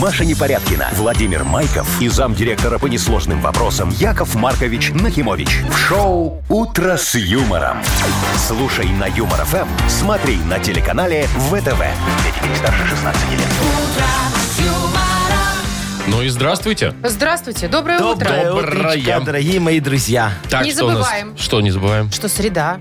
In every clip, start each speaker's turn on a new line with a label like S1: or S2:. S1: Маша Непорядкина, Владимир Майков и замдиректора по несложным вопросам Яков Маркович Нахимович. В шоу «Утро с юмором». Слушай на Юмор ФМ, смотри на телеканале ВТВ. Для детей старше 16 лет.
S2: Ну и здравствуйте.
S3: Здравствуйте, доброе, утро.
S2: Доброе.
S4: Доброе утречко, дорогие мои друзья.
S2: Так,
S3: Не
S2: что у нас-
S3: забываем.
S2: Что не забываем?
S3: Что среда?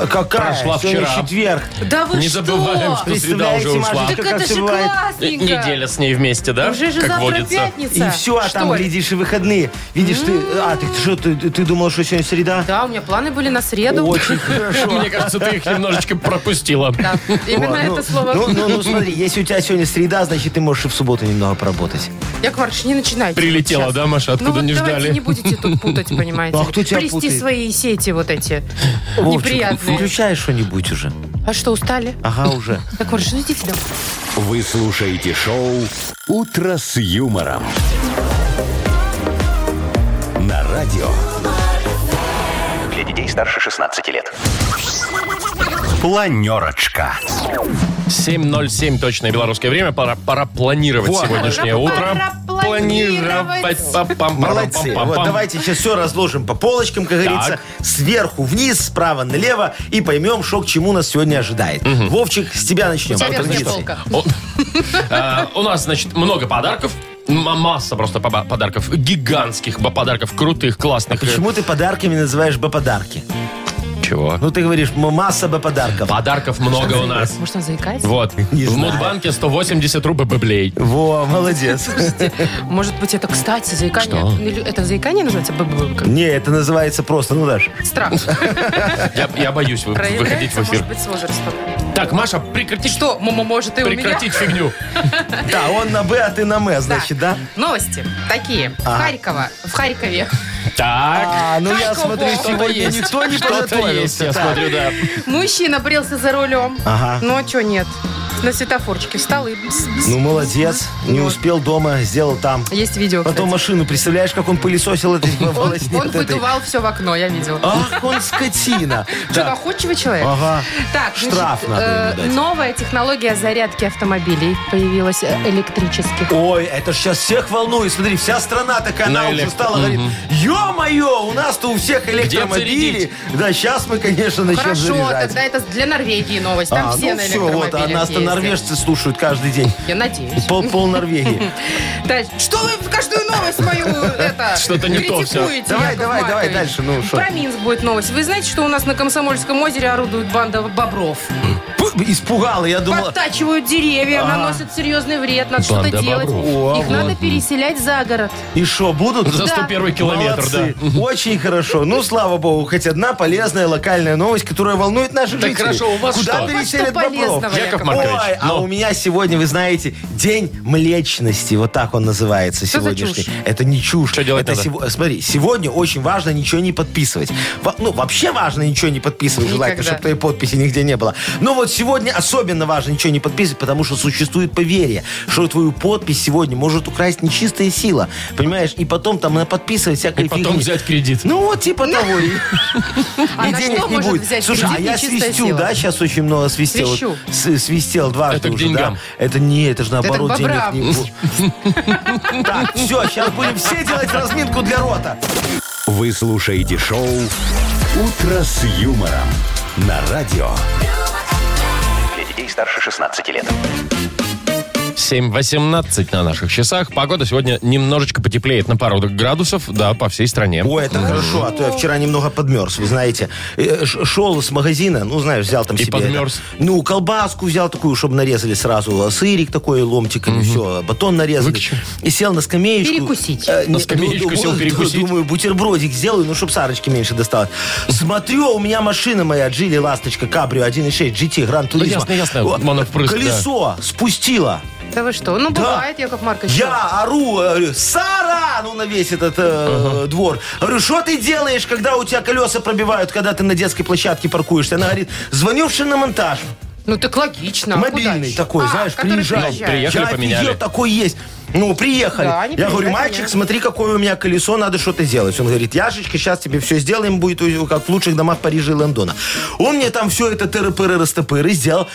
S4: А Какая?
S2: Прошла
S4: Сегодня
S2: вчера.
S4: четверг.
S3: Да вы
S2: Не
S3: что?
S2: забываем, что среда
S4: Представляете,
S2: уже ушла.
S4: Машечка?
S3: Так
S4: Как
S3: это
S4: раз и
S3: же
S4: бывает.
S3: классненько.
S2: Э, Неделя с ней вместе, да?
S3: Уже же
S2: как
S3: завтра
S2: водится.
S3: пятница.
S4: И все, а
S3: Что
S4: там,
S3: ли?
S4: глядишь, и выходные. Видишь, ты... А, ты что, ты, ты думал, что сегодня среда? Ну,
S3: Да, у меня планы были на среду.
S4: Очень хорошо.
S2: Мне кажется, ты их немножечко пропустила.
S3: Да, именно
S4: Вот,
S3: это
S4: ну,
S3: слово.
S4: Ну, ну, ну, смотри, если у тебя сегодня среда, значит, ты можешь и в субботу немного поработать.
S3: Яков Маркович, не начинайте.
S2: Прилетела,
S3: вот сейчас.
S2: да, Маша, откуда
S3: ну, вот
S2: не
S3: давайте
S2: ждали?
S3: не будете тут путать, понимаете.
S4: А кто тебя
S3: Плести
S4: путает?
S3: свои сети вот эти
S4: Вовчик,
S3: неприятные.
S4: Включай что-нибудь уже.
S3: А что, устали?
S4: Ага, уже.
S3: Яков Маркович, ну идите домой.
S1: Вы слушаете шоу «Утро с юмором». На радио. Для детей старше 16 лет. Планерочка.
S2: 7.07 точное белорусское время. Пора, пора планировать
S4: Во.
S2: сегодняшнее
S3: Пора
S2: утро.
S3: планировать.
S2: Планировать. Пам-пам-пам-пам-пам.
S4: Молодцы. Вот давайте сейчас все разложим по полочкам, как говорится, сверху вниз, справа налево, и поймем, что к чему нас сегодня ожидает. Вовчик, с тебя начнем.
S3: У тебя
S4: по
S3: верхняя
S4: традиции.
S3: полка.
S2: О, э, У нас, значит, много подарков. М- Масса просто поба- подарков. Гигантских бо- подарков. Крутых, классных.
S4: Почему ты подарками называешь Б-подарки?
S2: Э, Чего?
S4: Ну, ты говоришь, «М- масса Б-подарков.
S2: Подарков много у нас.
S3: Может, он заикается?
S2: Вот.
S4: Не
S2: В
S4: знаю.
S2: Мудбанке 180 рублей баблей.
S4: Во, молодец.
S3: Может быть, это, кстати, заикание.
S2: Что?
S3: Или Это заикание называется? Б-б-б, как
S4: Не, это называется просто, ну, Даш.
S3: Страх.
S2: Я, я боюсь вы- выходить в
S3: Проявляется,
S4: а
S2: эфир.
S3: может быть, с возрастом.
S2: Так, Маша, прекратить,
S3: Что, мама, может, и у меня?
S2: прекратить фигню.
S4: Да, он на Б, а ты на М, значит, да?
S3: Новости такие. В
S4: А.
S3: Харькова, в Харькове
S2: Так.
S4: А, ну я
S3: Какого?
S4: смотрю,
S3: Что-то
S4: сегодня
S2: есть.
S4: никто не
S2: Что-то есть,
S4: подготовился.
S2: я
S4: Так.
S2: смотрю, да.
S3: мужчина брился за рулем.
S4: Ага.
S3: Ну, а что нет? На светофорчике встал и... бс, бс.
S4: Ну, молодец. Не успел дома, сделал там.
S3: Есть видео,
S4: Потом
S3: кстати.
S4: машину, представляешь, как он пылесосил этой
S3: Он,
S4: волосни
S3: он
S4: вот этой.
S3: выдувал все в окно, я видел.
S4: Ах, он скотина.
S3: Что,
S4: Да.
S3: доходчивый человек?
S4: Ага.
S3: Так, значит,
S4: Штраф надо
S3: э,
S4: ему дать.
S3: новая технология зарядки автомобилей появилась, э, электрических.
S4: Ой, это ж сейчас всех волнует. Смотри, вся страна такая,
S2: На
S4: она уже
S2: электро-
S4: стала, говорит, ё-моё, у нас-то у всех электромобили.
S2: зарядить?
S4: Да, сейчас мы, конечно, начнем
S3: Хорошо,
S4: заряжать.
S3: тогда это для Норвегии новость. Там
S4: А,
S3: все
S4: ну
S3: на
S4: все, вот, а
S3: электромобилях
S4: нас-то
S3: ездят.
S4: норвежцы слушают каждый день.
S3: Я надеюсь.
S4: Пол, пол Норвегии.
S3: Дальше. Что вы в каждую новость мою это
S2: Что-то не то всё.
S3: критикуете,
S4: Давай,
S3: Яков
S4: давай, давай
S3: Маркович?
S4: дальше, ну, шо?
S3: Про Минск будет новость. Вы знаете, что у нас на Комсомольском озере орудует банда бобров?
S4: Пу- Испугала, я
S2: Ну,
S4: думала.
S3: Подтачивают деревья,
S4: Ага.
S3: наносят серьезный вред, надо
S2: Банда
S3: что-то делать.
S2: бобров.
S4: О,
S3: Их надо переселять за город.
S4: И что, будут?
S2: За 101 километр,
S4: Молодцы. Очень хорошо. Ну, слава богу, хоть одна полезная локальная новость, которая волнует наших
S2: Так
S4: жителей.
S2: хорошо, у вас
S4: Куда
S2: что?
S4: переселят
S3: У вас что
S4: бобров?
S3: полезного,
S2: да.
S3: Яков
S2: Яков Маркович,
S4: Ой, а
S2: ну,
S4: у меня сегодня, вы знаете, день млечности, вот так он называется
S3: Что за
S4: сегодняшний.
S3: чушь?
S4: Это не чушь.
S2: Что делать
S4: это
S2: надо?
S4: сего- Смотри, сегодня очень важно ничего не подписывать. Во- ну, вообще важно ничего не подписывать, желательно,
S3: Никогда.
S4: чтобы твоей подписи нигде не было. Но вот сегодня особенно важно ничего не подписывать, потому что существует поверье, что твою подпись сегодня может украсть нечистая сила, понимаешь? И потом там подписывать всякой
S2: И потом
S4: фигни.
S2: взять кредит.
S4: Ну вот типа того. И
S3: А
S4: и
S3: на
S4: денег
S3: что
S4: не
S3: может
S4: будет.
S3: взять
S4: Слушай, а
S3: кредит
S4: я
S3: нечистая
S4: свистю,
S3: сила?
S4: да, сейчас очень много свистел.
S3: Свищу.
S4: Вот с- Свистел дважды
S2: Это к
S4: уже,
S2: деньгам.
S4: да. Это не, это же наоборот
S3: Это к
S4: денег
S3: бобрам.
S4: не будет. Так, все, сейчас будем все делать разминку для рота.
S1: Вы слушаете шоу «Утро с юмором» на радио. Для детей старше 16 лет.
S2: 7.18 на наших часах. Погода сегодня немножечко потеплеет на пару градусов, да, по всей стране. Ну,
S4: Ой, это хорошо, а то я вчера немного подмерз, вы знаете. Э, ш- Шел с магазина, ну, знаешь, взял там
S2: И
S4: себе...
S2: подмерз.
S4: это, Ну, колбаску взял такую, чтобы нарезали сразу, а сырик такой, ломтик, все, батон нарезали.
S2: Вы к чему?
S4: И сел на скамеечку.
S3: Перекусить.
S4: Э, не,
S2: скамеечку
S4: ну,
S2: сел
S4: вот,
S2: перекусить?
S4: Думаю, бутербродик сделаю, ну, чтобы Сарочки меньше досталось. Смотрю, у меня машина моя, Джили Ласточка, Кабрио 1.6, GT, Гранд Туризма.
S2: Ну, ясно, ясно,
S4: О,
S2: Мано впрыск, да.
S4: Колесо спустило.
S3: Да вы что? Ну, бывает, Яков Маркович. что?
S4: Я ору, говорю, Сара! Ну, на весь этот э, двор. Говорю, что ты делаешь, когда у тебя колеса пробивают, когда ты на детской площадке паркуешься? Она говорит, звоню в шиномонтаж.
S3: Ну, так логично. а куда
S4: мобильный
S3: еще?
S4: такой,
S3: А,
S4: знаешь,
S3: который
S4: приезжай.
S2: приехал.
S3: приезжает.
S2: Ну, Приехали,
S4: я
S2: поменяли.
S4: офигел, такой есть. Ну, приехали.
S3: Да, они
S4: я говорю,
S3: приезжали,
S4: мальчик,
S3: да.
S4: смотри, какое у меня колесо, надо что-то делать. Он говорит, Яшечка, сейчас тебе все сделаем, будет у- как в лучших домах Парижа и Лондона. Он мне там все это тыры-пыры-растопыры сделал.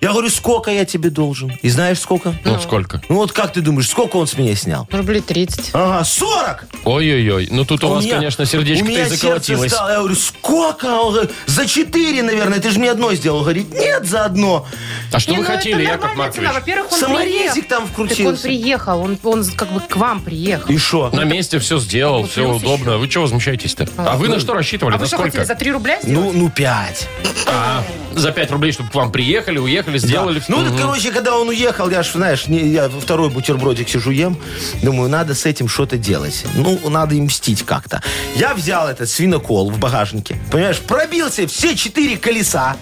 S4: Я говорю, сколько я тебе должен? И знаешь сколько?
S2: Вот сколько?
S4: Ну вот как ты думаешь, сколько он с меня снял?
S3: Рублей 30.
S4: Ага, 40!
S2: Ой-ой-ой. Ну тут у, вас,
S4: меня-
S2: конечно,
S4: у
S2: сердечко-то
S4: меня
S2: и
S4: сердце
S2: заколотилось.
S4: стало. Я говорю, сколько? Он говорит, за 4, наверное, ты же мне одно сделал. Он говорит, нет, за одно.
S2: А что
S3: Не,
S2: вы
S3: ну это
S2: хотели, Яков
S3: нормальная цена.
S2: Маркович?
S3: Во-первых, он
S4: Саморезик
S3: приехал.
S4: там
S3: Так он
S4: вкрутился.
S3: приехал, он, он как бы к вам приехал.
S4: И что?
S2: На месте все сделал, все
S3: плюс
S2: удобно. Вы что возмущаетесь-то? А вы на что рассчитывали?
S3: А
S2: На
S3: вы что хотели,
S2: сколько?
S3: за 3 рубля сделать?
S4: Ну, ну, пять.
S2: А, За 5 рублей, чтобы к вам приехали, уехали, сделали.
S4: Ну,
S2: Мгм.
S4: так, короче, когда он уехал, я ж, знаешь, не- я второй бутербродик сижу ем. Думаю, надо с этим что-то делать. Ну, надо им мстить как-то. Я взял этот свинокол в багажнике. Понимаешь, пробился все четыре колеса.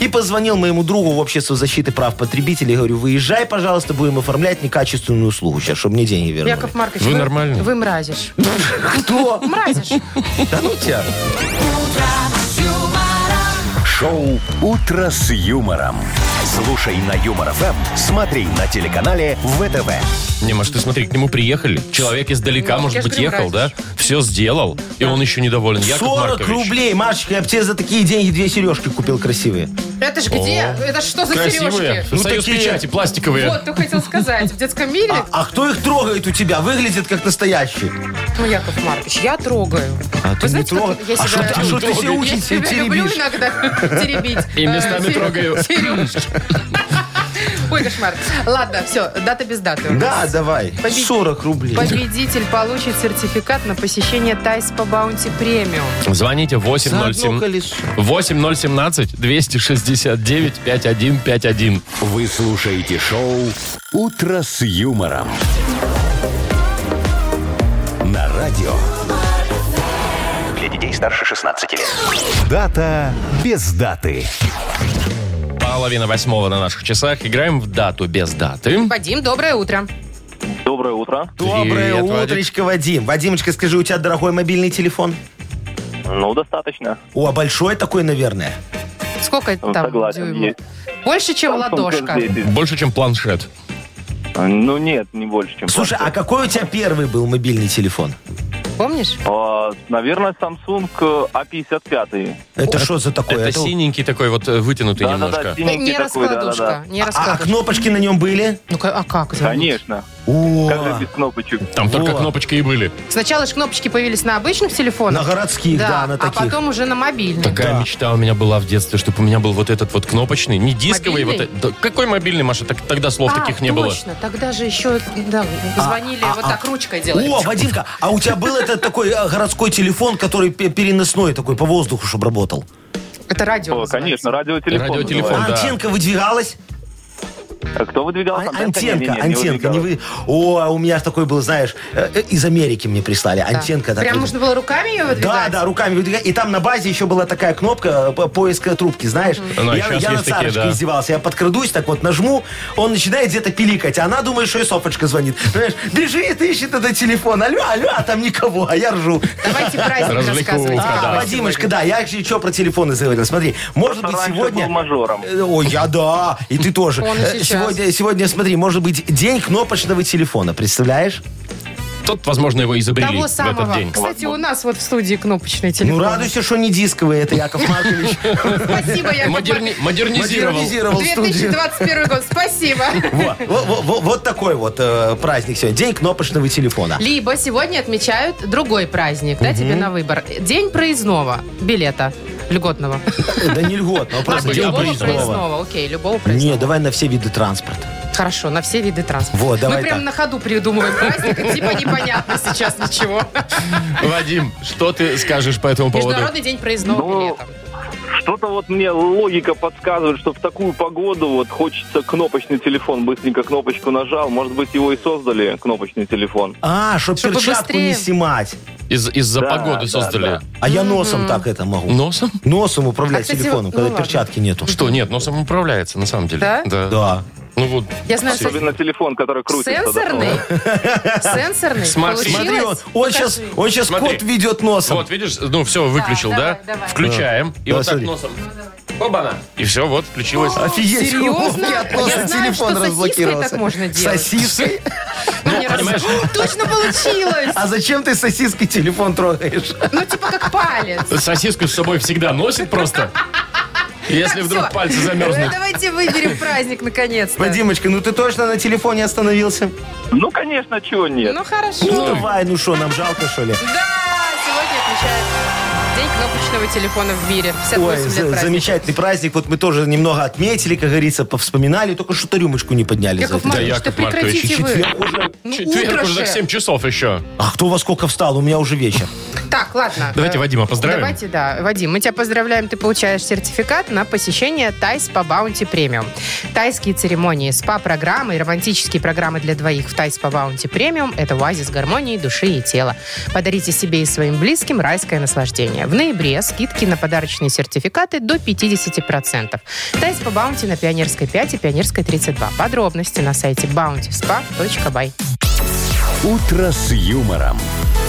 S4: И позвонил моему другу в Общество защиты прав потребителей. Говорю, выезжай, пожалуйста, будем оформлять некачественную услугу сейчас, чтобы мне деньги вернули.
S3: Яков Маркович,
S2: Вы нормальный?
S3: Вы мразишь.
S4: Кто?
S3: Мразишь.
S4: Да ну тебя.
S1: Шоу «Утро с юмором». Слушай на Юмор ФМ, смотри на телеканале ВТВ.
S2: Не, Маш, ты смотри, к нему приехали. Человек издалека,
S3: Ну,
S2: может
S3: я же
S2: быть,
S3: говорю,
S2: ехал, да?
S3: нравится.
S2: Все сделал, и он еще недоволен. Яков
S4: 40
S2: Маркович.
S4: рублей, Машечка, я бы тебе за такие деньги две сережки купил красивые.
S3: Это ж где? Это ж что за
S2: Красивые.
S3: сережки?
S2: Ну, Союз
S4: такие.
S2: печати, пластиковые.
S3: Вот, ты хотел сказать. В детском мире?
S4: А, а кто их трогает у тебя? Выглядит как настоящий.
S3: Ну, Яков Маркович, я трогаю.
S4: А ты не трогай.
S3: как я
S4: А
S3: себя-
S4: что ты- а что ты себя
S3: Я
S4: учишь,
S3: себя
S4: теребишь?
S3: люблю иногда теребить.
S2: И местами
S3: э, сер-
S2: трогаю.
S3: Сережки. Ой, кошмар. Ладно, все, дата без даты. у нас.
S4: Да, давай.
S3: Победитель.
S4: 40 рублей.
S3: Победитель получит сертификат на посещение Тайс по Баунти Премиум.
S2: Звоните
S4: За одно
S2: 8017
S4: колесо.
S2: 8017 269 5151.
S1: Вы слушаете шоу «Утро с юмором». На радио.
S5: Для детей старше 16 лет.
S1: Дата без даты.
S2: Половина восьмого на наших часах. Играем в дату без даты.
S3: Вадим, доброе утро.
S6: Доброе утро.
S4: Доброе
S2: Привет, Вадик.
S4: утречко, Вадим. Вадимочка, скажи, у тебя дорогой мобильный телефон?
S6: Ну, достаточно.
S4: О, а большой такой, наверное.
S3: Сколько это там
S6: Ну, Согласен,
S3: дюймов?
S6: есть.
S3: Больше, чем ладошка.
S6: Samsung S10.
S2: Больше, чем планшет.
S6: Ну, нет, не больше, чем...
S4: Слушай, а какой у тебя первый был мобильный телефон?
S3: Помнишь?
S6: А, наверное, Samsung э, A55.
S4: Это что за такое?
S2: Это
S4: Это-
S2: синенький такой вот э, вытянутый
S6: Да-да-да,
S2: немножко.
S6: синенький
S3: не
S6: такой,
S3: раскладушка.
S6: да-да-да.
S3: Не
S4: А, а
S3: раскладушка.
S4: кнопочки на нем были?
S3: Ну, ка- а как? это?
S6: Конечно.
S4: О,
S6: Как же без кнопочек?
S2: Там только
S4: Во.
S2: кнопочки и были.
S3: Сначала же кнопочки появились на обычных телефонах.
S4: на городских, да, на
S3: а
S4: таких.
S3: потом уже на мобильных.
S2: Такая
S4: Да.
S2: мечта у меня была в детстве, чтобы у меня был вот этот вот кнопочный, не дисковый. Вот,
S3: Мобильный?
S2: э- да какой мобильный, Маша? Так- тогда слов
S3: а,
S2: таких не было.
S3: точно. Тогда же еще да, звонили
S4: а,
S3: вот
S4: а.
S3: так ручкой делали.
S4: О, Вадимка, а у тебя был этот такой э, городской телефон, который пе- переносной такой, по воздуху, чтобы работал?
S3: Это радио.
S6: О,
S3: называется.
S6: конечно, радиотелефон.
S2: Радиотелефон,
S6: называется.
S4: А
S2: да.
S4: антенка выдвигалась?
S6: А Кто выдвигал?
S4: А-
S6: Антенка? Не, не,
S4: Антенка,
S6: не, не
S4: антенка, не
S6: выдвигалась.
S4: вы. О, а у меня такой был, знаешь, э, э, из Америки мне прислали.
S3: Да.
S4: Антенка такой.
S3: Прям нужно было руками ее
S4: Да,
S3: выдвигать?
S4: да, руками выдвигать. И там на базе еще была такая кнопка э, по- поиска трубки, знаешь?
S2: Ну, и
S4: я
S2: щас
S4: я на
S2: есть такие,
S4: Сарочке
S2: да.
S4: издевался. Я подкрадусь, так вот нажму, он начинает где-то пиликать, а она думает, что и Софочка звонит. Понимаешь, бежит, ищет этот телефон. Алло, алло, а там никого, а я ржу.
S3: Давайте праздник
S2: Развлекуха,
S3: рассказывайте.
S2: да.
S4: А,
S3: Давай
S4: Вадимочка,
S3: сегодня.
S4: да, я еще про телефоны заговорил. Смотри, может
S6: Просто
S4: быть,
S6: раньше
S4: сегодня...
S6: был мажором.
S4: Э, Ой, я да, и ты тоже.
S3: Он и
S4: Э,
S3: сейчас.
S4: Сегодня, сегодня, смотри, может быть, день кнопочного телефона, представляешь?
S2: Тот, возможно, его изобрели
S3: Того
S2: в этот
S3: самого.
S2: день.
S3: Кстати, у нас вот в студии кнопочный телефон.
S4: Ну, радуйся, что не дисковый, это Яков Маркович
S3: Спасибо, Яков
S2: Модерни- Модернизировал.
S4: Ну, модернизировал
S3: Маркович.
S4: студию.
S3: 2021 год. Спасибо.
S4: Во, во- во- во- Вот такой вот э, праздник сегодня. День кнопочного телефона.
S3: Либо сегодня отмечают другой праздник, да, тебе на выбор. День проездного билета льготного.
S4: Да не льготно, просто
S2: Ладно,
S4: день
S2: любого
S3: любого
S4: проездного.
S3: проездного. Окей, любого проездного.
S4: Не, давай на все виды транспорта.
S3: Хорошо, на все виды транспорта.
S4: Вот, давай
S3: Мы прям
S4: так.
S3: на ходу придумываем праздник, и типа непонятно сейчас ничего.
S2: Вадим, что ты скажешь по этому поводу?
S3: Международный день проездного
S6: Ну,
S3: билета.
S6: Что-то вот мне логика подсказывает, что в такую погоду вот хочется кнопочный телефон. Быстренько кнопочку нажал. Может быть, его и создали, кнопочный телефон.
S4: А, чтоб
S3: Чтобы
S4: перчатку
S3: быстрее.
S4: не снимать.
S2: Из- Из-за
S6: Да,
S2: погоды
S6: да,
S2: создали.
S4: А я носом так это
S6: Ну.
S4: могу.
S2: Носом?
S4: Носом
S3: А,
S4: управлять
S3: кстати,
S4: телефоном,
S3: ну
S4: когда
S3: ладно.
S4: перчатки нету.
S2: Что, нет, носом управляется, на самом деле.
S3: Да?
S4: Да.
S2: Ну вот.
S3: Я знаю,
S2: Всё.
S3: кстати,
S6: Особенно телефон, который крутится. да.
S3: сенсорный. Сенсорный.
S2: Смотри.
S4: Смотри, он,
S3: Получилось?
S4: он сейчас,
S3: Покажи.
S4: он сейчас
S2: Смотри.
S4: кот ведет носом.
S2: Вот, видишь, ну все, выключил, да?
S3: давай, давай.
S2: Включаем. И
S4: Да,
S2: вот так
S4: смотри.
S2: носом. Оба-на. И все, вот, включилось.
S4: Офигеть,
S3: Серьезно?
S4: у Вовки от
S3: Я
S4: носа
S3: знаю,
S4: телефон
S3: что сосиской
S4: разблокировался.
S3: так можно делать.
S4: Сосиской?
S3: Ну, не раз-
S2: понимаешь?
S3: О, Точно получилось.
S4: А зачем ты сосиской телефон трогаешь?
S3: Ну, типа как палец.
S2: Сосиску с собой всегда носит просто. Если вдруг
S3: Всё.
S2: пальцы замерзнут.
S3: Давайте выберем праздник наконец-то.
S4: Вадимочка, ну ты точно на телефоне остановился?
S6: Ну, конечно, чего нет.
S3: Ну хорошо.
S4: Ну давай, ну что, нам жалко, что ли?
S3: Да, сегодня отмечают День кнопочного телефона в мире. 58
S4: Ой,
S3: лет
S4: за-
S3: праздника.
S4: замечательный праздник. Вот мы тоже немного отметили, как говорится, повспоминали, только что-то рюмочку не подняли
S3: Яков
S4: за это.
S3: Маркович, да
S2: Яков Маркович,
S3: прекратите вы.
S4: Четверг уже.
S3: Ну,
S2: Четверг
S3: утро
S2: уже так
S3: же.
S2: 7 часов еще.
S4: А кто во сколько встал? У меня уже вечер.
S3: Так, ладно.
S2: Давайте
S3: Э,
S2: Вадима поздравим.
S3: Давайте, да. Вадим, мы тебя поздравляем. Ты получаешь сертификат на посещение Тайс по Баунти Премиум. Тайские церемонии, СПА-программы и романтические программы для двоих в Тайс по Баунти Премиум – это оазис гармонии души и тела. Подарите себе и своим близким райское наслаждение. В ноябре скидки на подарочные сертификаты до 50%. Тайс по Баунти на Пионерской 5 и Пионерской 32. Подробности на сайте bountyspa.by.
S1: «Утро с юмором»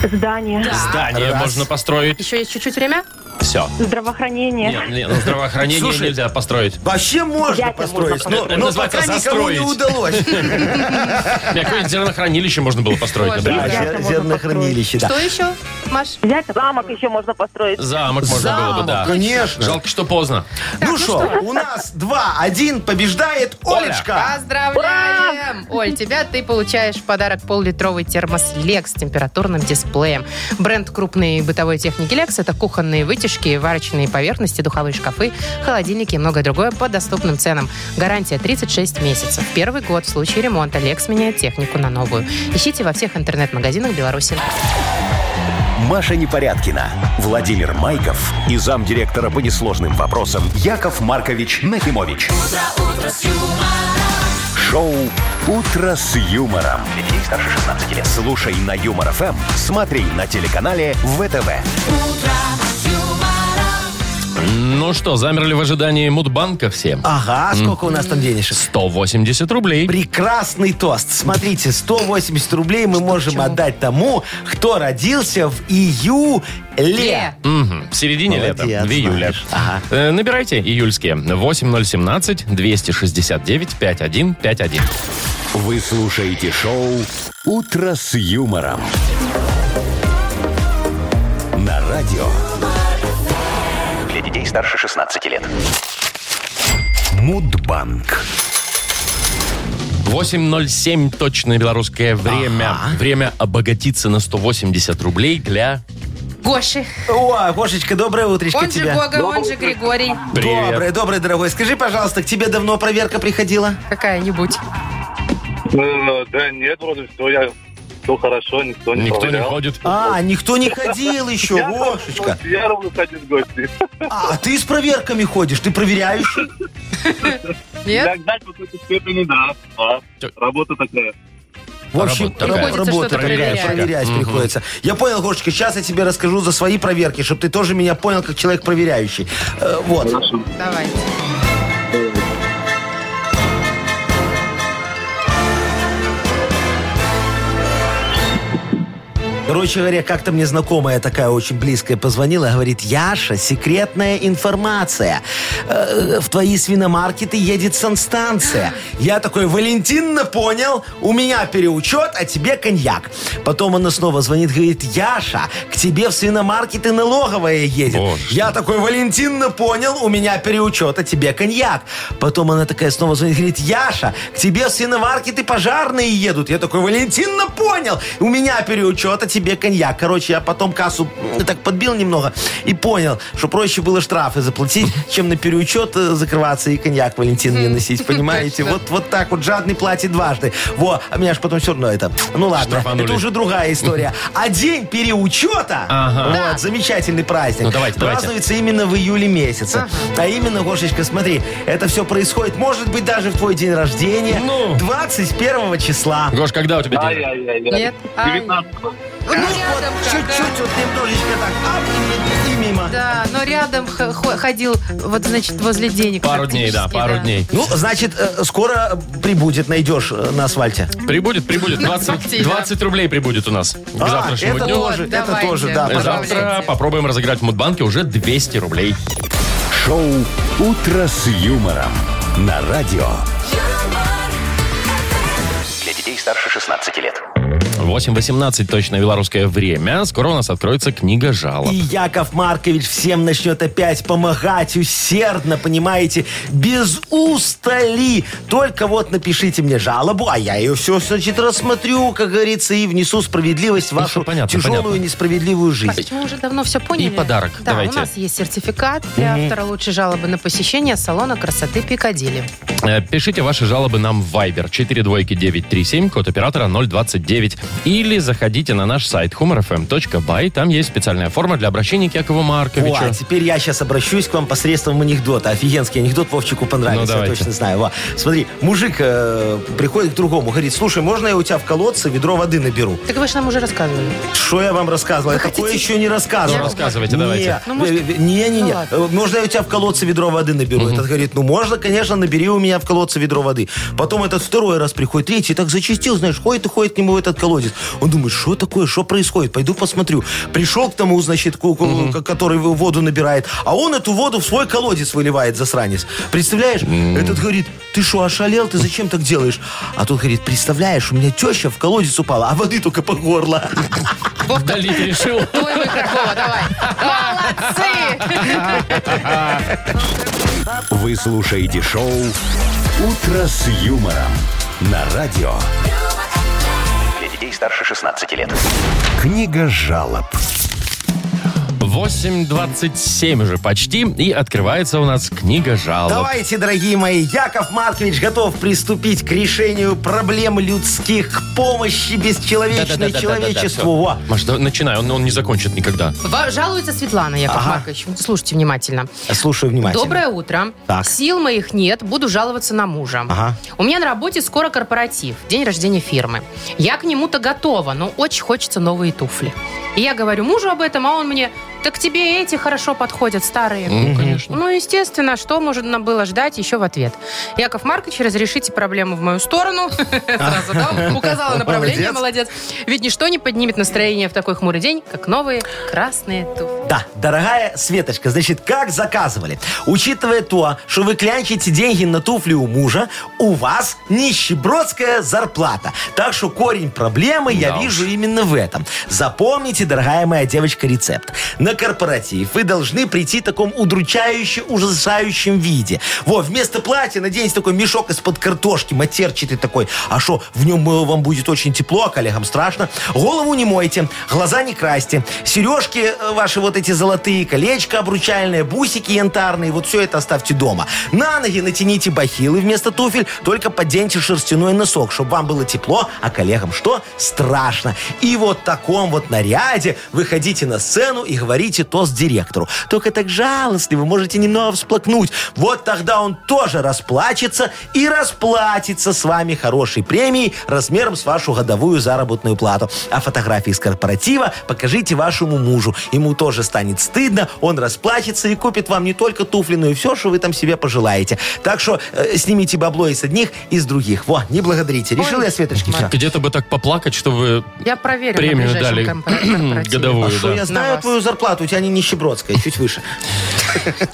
S7: Здание.
S2: Здание
S4: Раз.
S2: можно построить.
S3: Еще есть чуть-чуть время?
S2: Все.
S7: Здравоохранение.
S2: Нет, нет, ну, здравоохранение
S4: Слушай,
S2: нельзя построить.
S4: Вообще можно
S7: Дядя
S4: построить,
S7: можно
S4: но,
S2: построить.
S4: но
S2: Ну, Это
S4: пока
S2: называется
S4: никому не
S2: застроить.
S4: удалось.
S2: Мне Какое-нибудь зернохранилище можно было построить,
S3: Тоже,
S4: Да,
S2: например.
S3: да.
S4: зер- Зернохранилище, да.
S3: Что еще, Маш?
S7: Взять замок еще можно построить.
S2: Замок можно было бы, да.
S4: Замок, конечно.
S2: Жалко, что поздно.
S4: Ну что, у нас два, один побеждает
S2: Оля.
S3: А?
S4: Олечка.
S3: Поздравляем! Оль, тебя ты получаешь в подарок пол-литровый термос Lex с температурным дисплеем. Бренд крупной бытовой техники Lex – это кухонные вытяжки, варочные поверхности, духовые шкафы, холодильники и многое другое по доступным ценам. Гарантия 36 месяцев. Первый год в случае ремонта Lex меняет технику на новую. Ищите во всех интернет-магазинах Беларуси.
S1: Маша Непорядкина, Владимир Майков и замдиректора по несложным вопросам Яков Маркович Нахимович. Шоу Утро с юмором. Детей старше 16 лет. Слушай на юмор ФМ, смотри на телеканале ВТВ.
S2: Ну что, замерли в ожидании мудбанка все?
S4: Ага, сколько у нас там денежек?
S2: 180 рублей.
S4: Прекрасный тост. Смотрите, 180 рублей мы можем отдать тому, кто родился в
S3: Э,
S4: июле.
S2: Мгм. В середине
S4: Молодец,
S2: лета, в июле.
S4: Маш. Ага.
S2: Э, Набирайте июльские 8017 269 5151.
S1: Вы слушаете шоу Утро с юмором. На радио
S5: Для детей старше 16 лет.
S1: Мудбанк.
S2: 8.07 точное белорусское время. Время обогатиться на 180 рублей для...
S3: Гоши,
S4: О, Гошечка, доброе утречко
S3: он же
S4: тебе.
S3: Гога, он же Григорий.
S2: Привет.
S4: Доброе, доброе, дорогой. Скажи, пожалуйста, к тебе давно проверка приходила?
S3: Какая-нибудь.
S6: Э, Да нет, вроде все, я все хорошо, никто не
S2: Никто не
S6: проверял.
S2: ходит.
S4: А, никто не ходил еще,
S6: Я ровно-
S4: Гошечка.
S6: Я ровно ходил в гости.
S4: А, ты с проверками ходишь, ты проверяющий?
S3: Нет?
S6: Иногда по какой-то степени, да. Да,
S2: Чё?
S6: Работа такая.
S4: В общем,
S2: Работа такая.
S4: раб-
S3: Приходится что-то
S4: проверять,
S3: проверять.
S4: проверять
S2: Мгм.
S4: приходится. Я понял, Гошечка, сейчас я тебе расскажу за свои проверки, чтобы ты тоже меня понял как человек проверяющий. Э, вот.
S3: Давай.
S4: Короче говоря, как-то мне знакомая такая очень близкая позвонила, говорит, Яша, секретная информация. Э, В твои свиномаркеты едет санстанция. Я такой, Валентинно понял, у меня переучет, а тебе коньяк. Потом она снова звонит, говорит, Яша, к тебе в свиномаркеты налоговая едет.
S2: Боже.
S4: Я такой, Валентинно понял, у меня переучет, а тебе коньяк. Потом она такая снова звонит, говорит, Яша, к тебе в свиномаркеты пожарные едут. Я такой, Валентинно понял, у меня переучет, а тебе коньяк. Короче, я потом кассу м, так подбил немного и понял, что проще было штрафы заплатить, чем на переучет э, закрываться и коньяк Валентин не носить, понимаете? Вот, вот так вот, жадный платит дважды. Во, а меня же потом все равно это... Ну ладно,
S2: Штрафанули.
S4: это уже другая история. А день переучета,
S2: Ага.
S4: вот,
S3: Да.
S4: замечательный праздник,
S2: Ну, давайте, давайте.
S4: празднуется празднуется именно в июле месяце. А именно, Гошечка, смотри, это все происходит, может быть, даже в твой день рождения,
S2: Ну.
S4: 21 числа.
S3: Ну,
S2: Гош, когда у тебя день? рождения?
S3: Нет? А, Ну,
S4: Ну
S3: рядом
S4: вот,
S3: как-то.
S4: чуть-чуть, вот немножечко так, ап, и, и мимо.
S3: Да, но рядом х- хо- ходил, вот, значит, возле денег.
S2: Пару дней, да,
S3: практически,
S2: пару
S3: да.
S2: дней.
S4: Ну, значит, э, скоро прибудет, найдешь э, на асфальте.
S2: Прибудет, прибудет. 20,
S3: Фактично.
S2: 20 рублей прибудет у нас к
S4: А,
S2: завтрашнему
S4: это
S2: дню.
S3: Вот,
S4: тоже, это
S3: давайте,
S4: тоже, да,
S2: И
S4: пожалуйста.
S2: Завтра
S3: Добавляйте.
S2: попробуем разыграть в Мудбанке уже 200 рублей.
S1: Шоу «Утро с юмором» на радио.
S5: Для детей старше 16 лет.
S2: 8.18 точно белорусское время. Скоро у нас откроется книга жалоб.
S4: И Яков Маркович всем начнет опять помогать усердно, понимаете, без устали. Только вот напишите мне жалобу, а я ее все, значит, рассмотрю, как говорится, и внесу справедливость в
S2: Ну,
S4: вашу
S2: всё понятно,
S4: тяжелую,
S2: понятно.
S4: несправедливую жизнь.
S3: Паш, мы уже давно все поняли.
S2: И подарок.
S3: Да,
S2: Давайте.
S3: у нас есть сертификат для автора лучшей жалобы на посещение салона красоты Пикадилли.
S2: Э, Пишите ваши жалобы нам в Viber 42937, код оператора 029. Или заходите на наш сайт humorfm.by. Там есть специальная форма для обращения к Якову
S4: О,
S2: Марковичу.
S4: а теперь я сейчас обращусь к вам посредством анекдота. Офигенский анекдот Вовчику
S2: Ну,
S4: понравился, я
S2: давайте.
S4: точно знаю. Во. Смотри, мужик э, приходит к другому, говорит, слушай, можно я у тебя в колодце ведро воды наберу?
S3: Так вы же нам уже рассказывали.
S4: Что я вам рассказывал? Я
S3: Вы
S4: такое
S3: хотите-
S4: еще не рассказывал. э,
S2: Ну, рассказывайте, давайте.
S3: Ну, может- Ну,
S4: Не-не-не.
S3: ладно.
S4: можно я у тебя в колодце ведро воды наберу? Этот говорит, ну можно, конечно, набери у меня в колодце ведро воды. Потом этот второй раз приходит, третий, так зачистил, знаешь, ходит и ходит к нему в этот колодец. Он думает, что такое, что происходит? Пойду посмотрю. Пришел к тому, значит, ку- ку- к- который воду набирает, а он эту воду в свой колодец выливает, засранец. Представляешь? Этот говорит, ты что, ошалел? Ты зачем так делаешь? А тут говорит, представляешь, у меня теща в колодец упала, а воды только по горло.
S2: Вдали решил.
S3: Твой выход, Вова, давай. Молодцы!
S1: Вы слушаете шоу «Утро с юмором» на радио.
S5: Для детей старше 16 лет.
S1: Книга жалоб.
S2: 8.27 уже почти. И открывается у нас книга жалоб.
S4: Давайте, дорогие мои, Яков Маркович готов приступить к решению проблем людских, к помощи бесчеловечной
S2: Да-да-да-да-да-да,
S4: человечеству.
S2: всё.
S4: Во.
S2: Маш, да, начинай, он, он не закончит никогда.
S3: Ва- Жалуется Светлана, Яков
S4: Ага.
S3: Маркович. Слушайте внимательно.
S4: Слушаю внимательно.
S3: Доброе утро.
S4: Так.
S3: Сил моих нет, буду жаловаться на мужа.
S4: Ага.
S3: У меня на работе скоро корпоратив, день рождения фирмы. Я к нему-то готова, но очень хочется новые туфли. И я говорю мужу об этом, а он мне, так тебе эти хорошо подходят, старые.
S2: Ну, конечно.
S3: Ну, естественно, что можно было ждать еще в ответ? Яков Маркович, разрешите проблему в мою сторону. Сразу, да, указала направление, молодец. Ведь ничто не поднимет настроение в такой хмурый день, как новые красные туфли.
S4: Да, дорогая Светочка, значит, как заказывали? Учитывая то, что вы клянчите деньги на туфли у мужа, у вас нищебродская зарплата. Так что корень проблемы я
S2: Да
S4: вижу именно в этом. Запомните, дорогая моя девочка, рецепт. На корпоратив вы должны прийти в таком удручающе ужасающем виде. Во, вместо платья наденьте такой мешок из-под картошки, матерчатый такой. А что, в нем э, вам будет очень тепло, а коллегам страшно. Голову не мойте, глаза не красьте. Сережки э, ваши вот эти золотые, колечко обручальное, бусики янтарные, вот все это оставьте дома. На ноги натяните бахилы вместо туфель, только поденьте шерстяной носок, чтобы вам было тепло, а коллегам что? Страшно. И вот в таком вот наряде выходите на сцену и говорите говорите тост директору. Только так жалостливо вы можете немного всплакнуть. Вот тогда он тоже расплачется и расплатится с вами хорошей премией размером с вашу годовую заработную плату. А фотографии с корпоратива покажите вашему мужу. Ему тоже станет стыдно, он расплачется и купит вам не только туфли, но и все, что вы там себе пожелаете. Так что э, снимите бабло и с одних, и с других. Во, не благодарите. Решил
S3: Ой,
S4: я, Светочки, все.
S2: Где-то бы так поплакать, чтобы
S3: Я проверю
S2: премию
S3: на ближайшем
S2: дали
S3: компо- корпоративе.
S4: А
S2: годовую.
S4: что,
S2: да.
S4: я
S3: На
S4: знаю
S3: вас.
S4: твою зарплату, у тебя не нищебродская, чуть выше.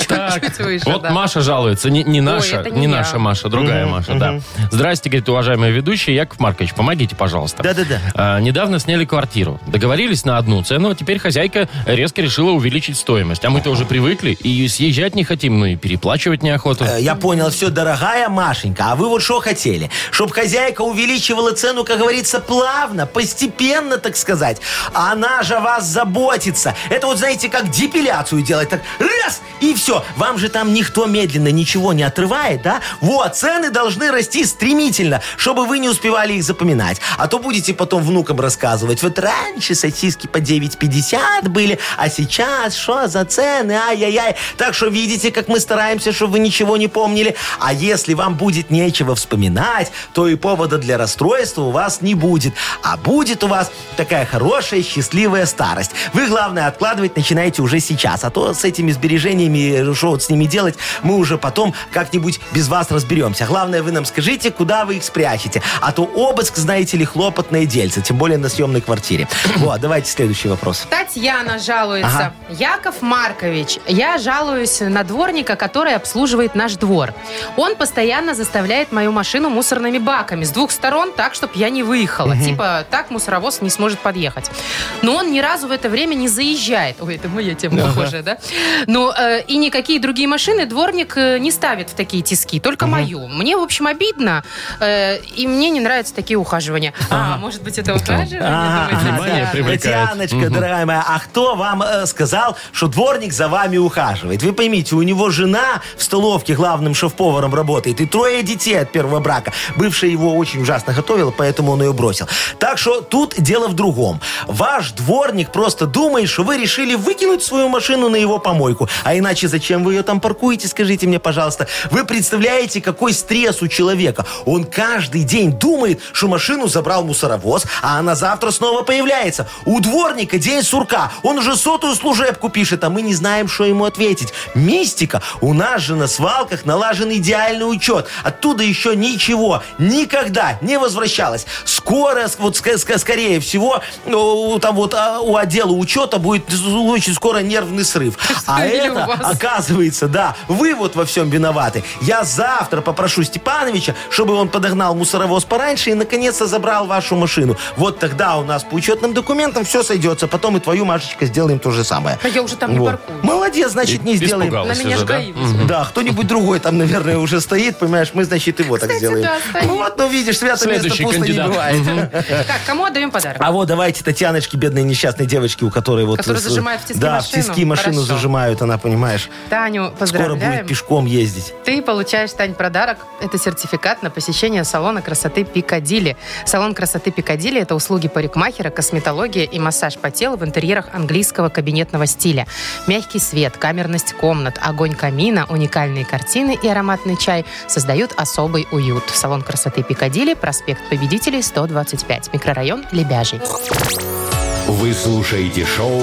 S2: Так,
S3: Чуть выше,
S2: вот
S3: да.
S2: Маша жалуется. Не, не наша,
S3: это
S2: не,
S3: не я.
S2: наша Маша, другая Маша, да. Здрасте, говорит, уважаемый ведущий. Яков Маркович, помогите, пожалуйста.
S4: Да-да-да.
S2: А, недавно сняли квартиру. Договорились на одну цену, а теперь хозяйка резко решила увеличить стоимость. А мы-то уже привыкли и съезжать не хотим, ну и переплачивать неохота.
S4: Э, Я понял, все, дорогая Машенька, а вы вот что хотели? Чтоб хозяйка увеличивала цену, как говорится, плавно, постепенно, так сказать. А Она же о вас заботится. Это вот, знаете, как депиляцию делать. Так раз, и все. Вам же там никто медленно ничего не отрывает, да? Вот, цены должны расти стремительно, чтобы вы не успевали их запоминать. А то будете потом внукам рассказывать. Вот раньше сосиски по 9,50 были, а сейчас что за цены? А Ай-яй-яй. Так что видите, как мы стараемся, чтобы вы ничего не помнили. А если вам будет нечего вспоминать, то и повода для расстройства у вас не будет. А будет у вас такая хорошая, счастливая старость. Вы, главное, откладывать начинаете уже сейчас. А то с этими сбережениями, э, что вот с ними делать, мы уже потом как-нибудь без вас разберемся. Главное, вы нам скажите, куда вы их спрячете. А то обыск, знаете ли, хлопотное дельце. Тем более на съемной квартире. Вот, давайте следующий вопрос.
S3: Татьяна жалуется.
S4: Ага.
S3: Яков Маркович, я жалуюсь на дворника, который обслуживает наш двор. Он постоянно заставляет мою машину мусорными баками с двух сторон, так, чтобы я не выехала. Типа, так мусоровоз не сможет подъехать. Но он ни разу в это время не заезжает. Ой, это моя тема похожая, да? Ну, э, и никакие другие машины дворник э, не ставит в такие тиски, только мою. Мне, в общем, обидно, э, и мне не нравятся такие ухаживания. А, может быть, это ухаживание?
S4: А,
S3: думаете?
S2: Внимание
S3: Да.
S2: привлекает.
S4: Татьяночка, дорогая моя, а кто вам э, сказал, что дворник за вами ухаживает? Вы поймите, у него жена в столовке главным шеф-поваром работает и трое детей от первого брака. Бывшая его очень ужасно готовила, поэтому он ее бросил. Так что тут дело в другом. Ваш дворник просто думает, что вы решили выкинуть свою машину на его помойку. А иначе зачем вы ее там паркуете, скажите мне, пожалуйста. Вы представляете, какой стресс у человека. Он каждый день думает, что машину забрал мусоровоз, а она завтра снова появляется. У дворника день сурка. Он уже сотую служебку пишет, а мы не знаем, что ему ответить. Мистика. У нас же на свалках налажен идеальный учет. Оттуда еще ничего никогда не возвращалось. Скоро, ск- вот, ск- ск- скорее всего, у- там вот а, у отдела учета будет ну, очень скоро нервный срыв. А
S3: Или у
S4: это,
S3: вас.
S4: Оказывается, да, вы вот во всем виноваты. Я завтра попрошу Степановича, чтобы он подогнал мусоровоз пораньше и наконец-то забрал вашу машину. Вот тогда у нас по учетным документам все сойдется. Потом и твою, Машечка, сделаем то же самое.
S3: А я уже там не
S4: Вот.
S3: паркуюсь.
S4: Молодец, значит, не сделаем.
S2: Испугалась
S3: На меня
S2: уже,
S3: ж
S2: да?
S3: гаились.
S2: Мгм.
S4: Да, кто-нибудь другой там, наверное, уже стоит, понимаешь, мы, значит, его так сделаем.
S3: да, стоит.
S4: Ну вот, ну видишь, свято место
S2: Следующий
S4: пусто не
S2: кандидат.
S4: бывает.
S3: Так, кому отдаем подарок?
S4: А вот давайте Татьяночке, бедной несчастной девочке, у которой вот...
S3: Которая
S4: с-
S3: зажимает в тиски
S4: Да,
S3: машину?
S4: в тиски машину
S3: Хорошо.
S4: зажимают, она, понимаешь,
S3: Таню,
S4: скоро будет
S3: поздравляем.
S4: пешком ездить.
S3: Ты получаешь, Тань, подарок. Это сертификат на посещение салона красоты Пикадилли. Салон красоты Пикадилли – это услуги парикмахера, косметология и массаж по телу в интерьерах английского кабинетного стиля. Мягкий свет, камерность комнат, огонь камина, уникальные картины и ароматный чай создают особый уют. Салон красоты Пикадилли, проспект Победителей, 125, микрорайон Лебяжий.
S1: Вы слушаете шоу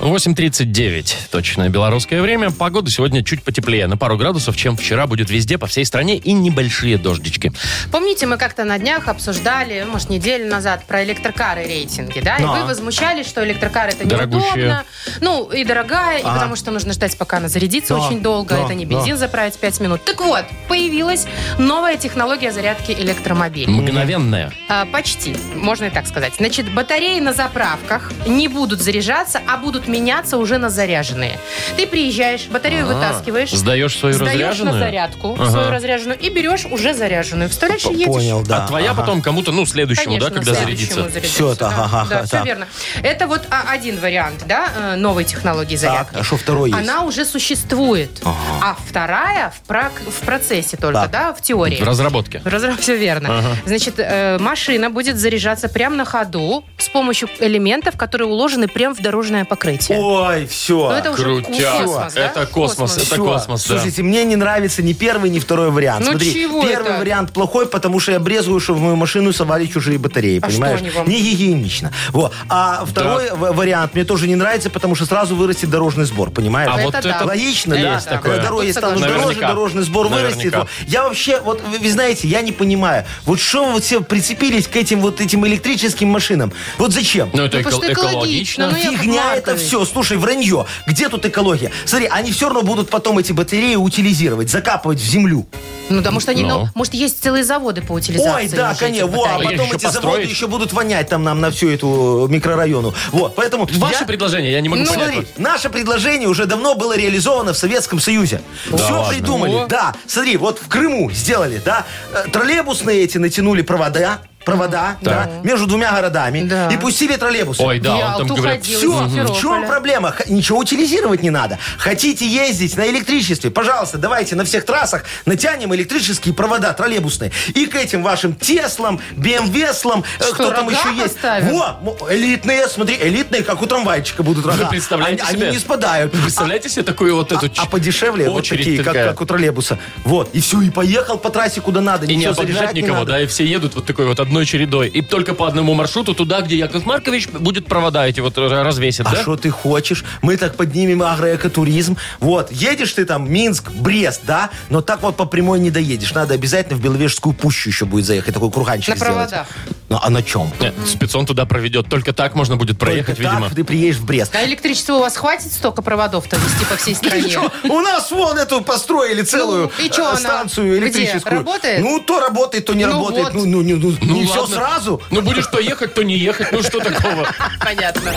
S2: 8.39, точное белорусское время. Погода сегодня чуть потеплее, на пару градусов, чем вчера будет везде по всей стране и небольшие дождички.
S3: Помните, мы как-то на днях обсуждали, может, неделю назад, про электрокары рейтинги, да? И
S4: Да.
S3: вы возмущались, что электрокар это неудобно.
S2: Дорогущая.
S3: Ну, и дорогая, и
S4: Ага.
S3: потому что нужно ждать, пока она зарядится
S4: Да,
S3: очень долго.
S4: да,
S3: это не
S4: да.
S3: бензин заправить 5 минут. Так вот, появилась новая технология зарядки электромобилей.
S2: Мгновенная.
S3: А, почти, можно и так сказать. Значит, батареи на заправках не будут заряжаться, а будут меняться уже на заряженные. Ты приезжаешь, батарею
S2: А,
S3: вытаскиваешь,
S2: Сдаешь свою
S3: сдаешь
S2: разряженную?
S3: на зарядку
S2: Ага.
S3: свою разряженную и берешь уже заряженную. Вставляешь и едешь.
S4: Понял, да.
S2: а твоя
S4: ага.
S2: потом кому-то, ну, следующему,
S3: Конечно,
S2: да, когда
S3: следующему
S2: зарядится?
S3: зарядится,
S4: Всё, так,
S3: да,
S4: ага,
S3: да,
S4: ага,
S3: всё
S4: так.
S3: верно. Это вот а, один вариант, да, э, новой технологии зарядки.
S4: а что второй есть?
S3: Она уже существует. А вторая в, прак- в процессе только,
S4: Так.
S3: да, в теории.
S2: В разработке.
S3: Все верно.
S2: Ага.
S3: Значит, э, машина будет заряжаться прямо на ходу с помощью элементов, которые уложены прямо в дорожное покрытие.
S4: Ой, все.
S3: Ну, это уже
S2: Крутяк.
S3: космос, да?
S2: Это космос, это
S4: Всё.
S2: космос, да.
S4: Слушайте, мне не нравится ни первый, ни второй вариант.
S3: Ну
S4: Смотри,
S3: чего
S4: первый
S3: это?
S4: вариант плохой, потому что я брезгую, что в мою машину совали чужие батареи,
S3: А что
S4: понимаешь?
S3: они вам?
S4: Не гигиенично. Вот. А второй в- вариант мне тоже не нравится, потому что сразу вырастет дорожный сбор, понимаешь?
S2: А
S3: Это
S2: вот
S3: да.
S2: это
S4: Логично,
S3: Есть
S4: да?
S3: Есть такое. такое.
S4: Дороги
S3: Тут
S4: станут
S3: согласна.
S4: дороже,
S2: Наверняка.
S4: дорожный сбор вырастет.
S2: Наверняка.
S4: Вот. Я вообще, вот вы, вы знаете, я не понимаю, вот что вы вот все прицепились к этим вот этим электрическим машинам? Вот зачем?
S2: Ну, это
S3: Ну, потому
S2: эко-
S3: что экологично.
S2: экологично.
S3: Ну, Яков
S4: Фигня это
S3: Маркович.
S4: все. Слушай, вранье. Где тут экология? Смотри, они все равно будут потом эти батареи утилизировать, закапывать в землю.
S3: Ну, потому что они,
S2: Ну.
S3: ну, может, есть целые заводы по утилизации.
S4: Ой, да,
S3: уже
S4: конечно.
S3: этих
S4: Во, а
S3: батарей.
S2: Их
S4: потом
S2: еще
S4: эти заводы
S2: построить.
S4: еще будут вонять там нам на всю эту микрорайону. Вот, поэтому...
S2: Ваше
S4: я-
S2: предложение, я не могу
S4: Ну,
S2: понять.
S4: смотри, наше предложение уже давно было реализовано в Советском Союзе. Все
S2: ладно?
S4: придумали,
S2: О.
S4: да. Смотри, вот в Крыму сделали, да, э, троллейбусные эти натянули провода, провода, да, между двумя городами,
S3: Да.
S4: и пустили троллейбусы.
S2: Ой, да,
S3: Я
S2: он там
S3: вот
S2: говорят...
S3: уходила.
S4: Все,
S3: Мгм.
S4: в чем проблема? Х- Ничего утилизировать не надо. Хотите ездить на электричестве? Пожалуйста, давайте на всех трассах натянем электрические провода троллейбусные. И к этим вашим Теслам, БМВслам, э,
S3: Что,
S4: кто там
S3: рога
S4: еще есть.
S3: поставим?
S4: Во, м- элитные, смотри, элитные, как у трамвайчика будут рога.
S2: представляете
S4: они,
S2: себе?
S4: они не спадают.
S2: Представляете себе такую вот эту... ч-
S4: А, а подешевле вот
S2: очередь
S4: такие, как,
S2: такая.
S4: как у троллейбуса. Вот, и все, и поехал по трассе куда надо.
S2: И не
S4: ничего
S2: обогнать
S4: заряжать не
S2: никого,
S4: надо.
S2: да, и все едут вот такой вот одной чередой. И только по одному маршруту туда, где Яков Маркович будет провода эти вот р- развесит,
S4: А
S2: да?
S4: что ты хочешь? Мы так поднимем агроэкотуризм. Вот, едешь ты там, Минск, Брест, да? Но так вот по прямой не доедешь. Надо обязательно в Беловежскую пущу еще будет заехать. Такой курганчик
S3: На
S4: сделать.
S3: проводах.
S4: Ну, а на чем?
S2: Э, Спецом туда проведет. Только так можно будет проехать,
S4: Только так
S2: видимо.
S4: ты приедешь в Брест.
S3: А электричества у вас хватит столько проводов-то вести по всей
S4: Ты
S3: стране?
S4: чё? У нас вон эту построили целую
S3: Ну, и чё
S4: э,
S3: она?
S4: станцию
S3: Где?
S4: электрическую.
S3: Работает?
S4: Ну, то работает, то не
S3: Ну
S4: работает.
S3: вот.
S4: Ну, ну, ну, ну, не все
S2: ладно.
S4: сразу.
S2: Ну, будешь то ехать, то не ехать. Ну, что такого?
S3: Понятно.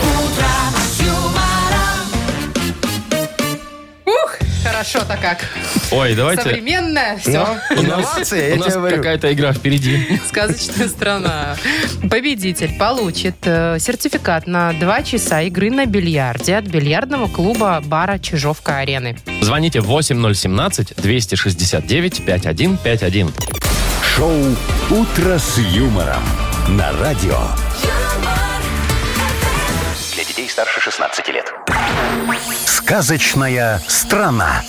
S3: Ух, хорошо-то как.
S2: Ой, давайте...
S3: Современная. Все.
S4: Ну, Инновации, я
S2: у нас
S4: тебе говорю.
S2: какая-то игра впереди.
S3: Сказочная страна. Победитель получит э, сертификат на 2 часа игры на бильярде от бильярдного клуба бара Чижовка-Арены.
S2: Звоните 8017-269-5151.
S1: Шоу «Утро с юмором» на радио.
S5: Для детей старше 16 лет.
S1: Сказочная страна.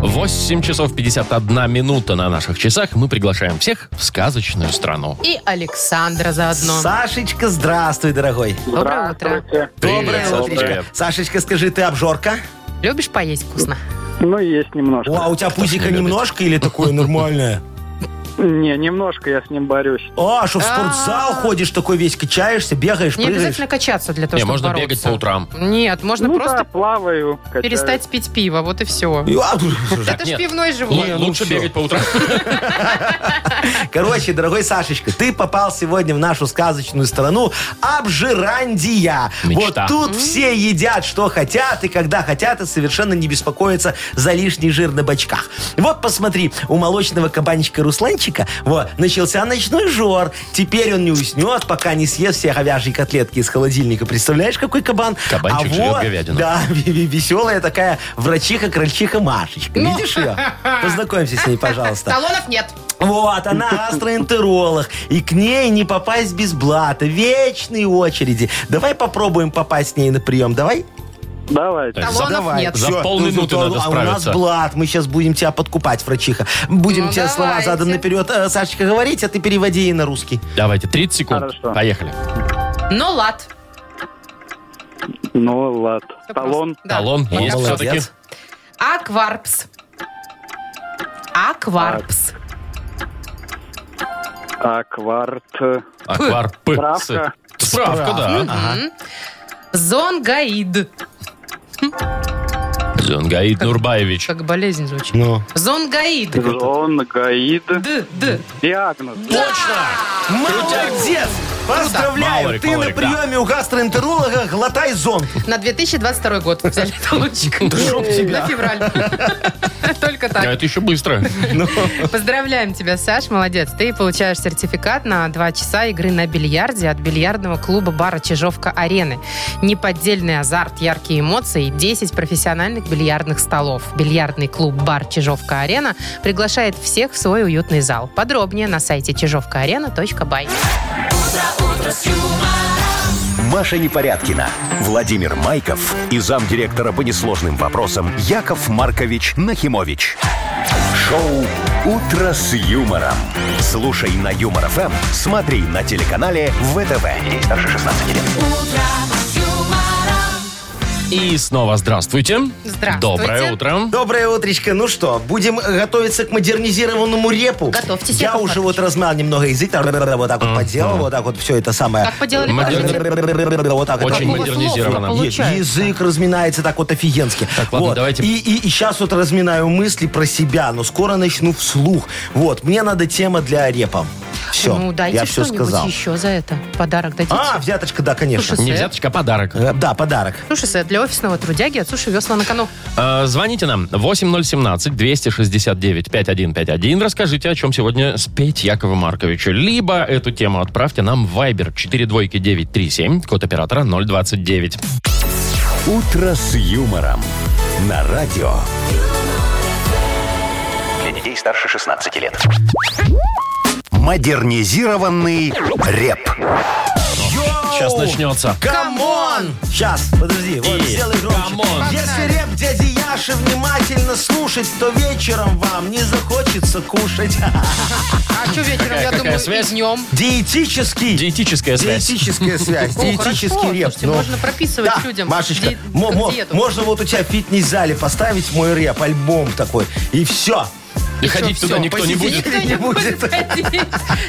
S2: 8 часов 51 минута на наших часах. Мы приглашаем всех в сказочную страну.
S3: И Александра заодно.
S4: Сашечка, здравствуй, дорогой.
S3: Доброе утро.
S2: Привет,
S4: Доброе
S2: Саш,
S4: утречко.
S2: привет.
S4: Сашечка, скажи, ты обжорка?
S3: Любишь поесть вкусно?
S8: Ну, есть немножко.
S4: О, а у тебя пузика
S2: не любит?
S4: немножко или такое нормальное?
S8: Не, немножко я с ним борюсь.
S4: А, что в спортзал
S3: А.
S4: ходишь, такой весь качаешься, бегаешь,
S3: Не
S4: прыгаешь.
S3: обязательно качаться для того,
S2: Не,
S3: чтобы
S2: можно
S3: бороться.
S2: бегать по утрам.
S3: Нет, можно
S8: ну да,
S3: просто
S8: плаваю. качаюсь.
S3: перестать пить пиво, вот и все.
S4: И, а, слушай,
S3: Это ж
S2: нет.
S3: пивной
S2: Л-
S3: живот.
S4: Не, ну
S2: лучше
S4: всё.
S2: бегать по утрам.
S4: Короче, дорогой Сашечка, ты попал сегодня в нашу сказочную страну Обжирандия.
S2: Мечта.
S4: Вот тут все едят, что хотят, и когда хотят, и совершенно не беспокоятся за лишний жир на бочках. Вот посмотри, у молочного кабанчика Русланчика вот, начался ночной жор. Теперь он не уснет, пока не съест все говяжьи котлетки из холодильника. Представляешь, какой кабан?
S2: Кабанчик
S4: а
S2: жрет
S4: вот,
S2: говядину.
S4: Да, веселая такая врачиха-крольчиха Машечка. Видишь ее? Познакомься с ней, пожалуйста.
S3: Талонов нет.
S4: Вот, она гастроэнтеролог. И к ней не попасть без блата. Вечные очереди. Давай попробуем попасть с ней на прием. Давай?
S8: Давайте.
S2: Э,
S3: Талонов
S4: давай.
S3: нет.
S2: За
S4: Всё.
S2: полминуты
S4: Ну,
S2: надо
S4: а
S2: справиться.
S4: у нас блат. Мы сейчас будем тебя подкупать, врачиха. Будем
S3: Ну,
S4: тебе слова
S3: давайте.
S4: задом наперед, э, Сашечка, говорить, а ты переводи и на русский.
S2: Давайте, 30 секунд.
S8: Хорошо.
S2: Поехали.
S3: Но лад.
S8: Ну, ладно.
S3: Всё
S8: Талон.
S3: просто. Да.
S2: Талон
S4: Ну,
S2: есть
S4: молодец.
S2: все-таки.
S3: Акварпс. Акварпс.
S8: А Акварт.
S2: Аквар. П.
S8: Справка.
S2: Ц. Справка, да.
S4: Ага.
S3: Зонгаид.
S2: Зонгаид Нурбаевич.
S3: Как болезнь звучит.
S4: Ну.
S3: Зонгаид.
S8: Зон, гаид.
S3: Д, д.
S8: Диагноз.
S4: Молодец! Поздравляю,
S2: Мало ли,
S4: ты
S2: мало
S4: на
S2: ли, да.
S4: приеме у гастроэнтеролога глотай зонт.
S3: На 2022 год взяли талончик. На февраль. Только
S2: А
S3: так.
S2: Это еще быстро.
S3: Поздравляем тебя, Саш, молодец. Ты получаешь сертификат на 2 часа игры на бильярде от бильярдного клуба бара «Чижовка-арены». Неподдельный азарт, яркие эмоции и 10 профессиональных бильярдных столов. Бильярдный клуб бар «Чижовка-арена» приглашает всех в свой уютный зал. Подробнее на сайте чижовкаарена.бай.
S1: Маша Непорядкина, Владимир Майков и замдиректора по несложным вопросам Яков Маркович Нахимович. Шоу «Утро с юмором». Слушай на Юмор ФМ, смотри на телеканале ВТВ. Ей старше 16 лет.
S2: И снова здравствуйте.
S3: Здравствуйте.
S2: Доброе утро.
S4: Доброе утречко. Ну что, будем готовиться к модернизированному репу?
S3: Готовьтесь,
S4: Я
S3: Яков
S4: уже
S3: Маркович.
S4: вот размял немного язык, так, вот так вот поделал, вот так вот все это самое.
S3: Как поделали,
S2: Модер-
S3: покажите.
S4: Вот так вот.
S2: Очень
S3: Какого
S2: модернизировано.
S3: слова?
S4: Е-
S3: Получается.
S4: Язык разминается так вот офигенски.
S2: Так, ладно,
S4: Вот.
S2: давайте.
S4: И, сейчас вот разминаю мысли про себя, но скоро начну вслух. Вот, мне надо тема для репа. Все,
S3: Ну, дайте
S4: я все
S3: что-нибудь
S4: сказал.
S3: еще за это. Подарок дадите.
S4: А, взяточка, да, конечно.
S3: Слушай,
S2: Не взяточка, а подарок.
S4: Э, Да, подарок.
S3: Суши сет для офисного трудяги от Суши Весла на кону.
S2: Э, Звоните нам 8017-269-5151. Расскажите, о чем сегодня спеть Якову Марковичу. Либо эту тему отправьте нам в Viber 42937, код оператора 029.
S1: «Утро с юмором» на радио.
S5: Для детей старше 16 лет.
S1: Модернизированный реп.
S2: Сейчас начнется.
S4: Камон! Сейчас, подожди, вот,
S2: И
S4: сделай громче.
S2: камон.
S4: Если реп дяди Яши внимательно слушать, то вечером вам не захочется кушать.
S3: А что вечером,
S2: Какая-
S3: я
S2: какая
S3: думаю,
S2: связь?
S3: и днем.
S4: Диетический.
S2: Диетическая связь.
S4: Диетическая связь.
S3: О, хорошо,
S4: Диетический реп.
S3: слушайте,
S4: ну.
S3: можно прописывать
S4: Да,
S3: людям.
S4: Машечка,
S3: ди-
S4: мо- мо-
S3: диету.
S4: можно вот у тебя в фитнес-зале поставить мой реп, альбом такой, и все.
S2: И ходить
S3: всё,
S2: туда никто не
S4: посидеть.
S2: будет.
S3: Никто не
S4: Не
S3: будет
S4: будет.
S3: ходить.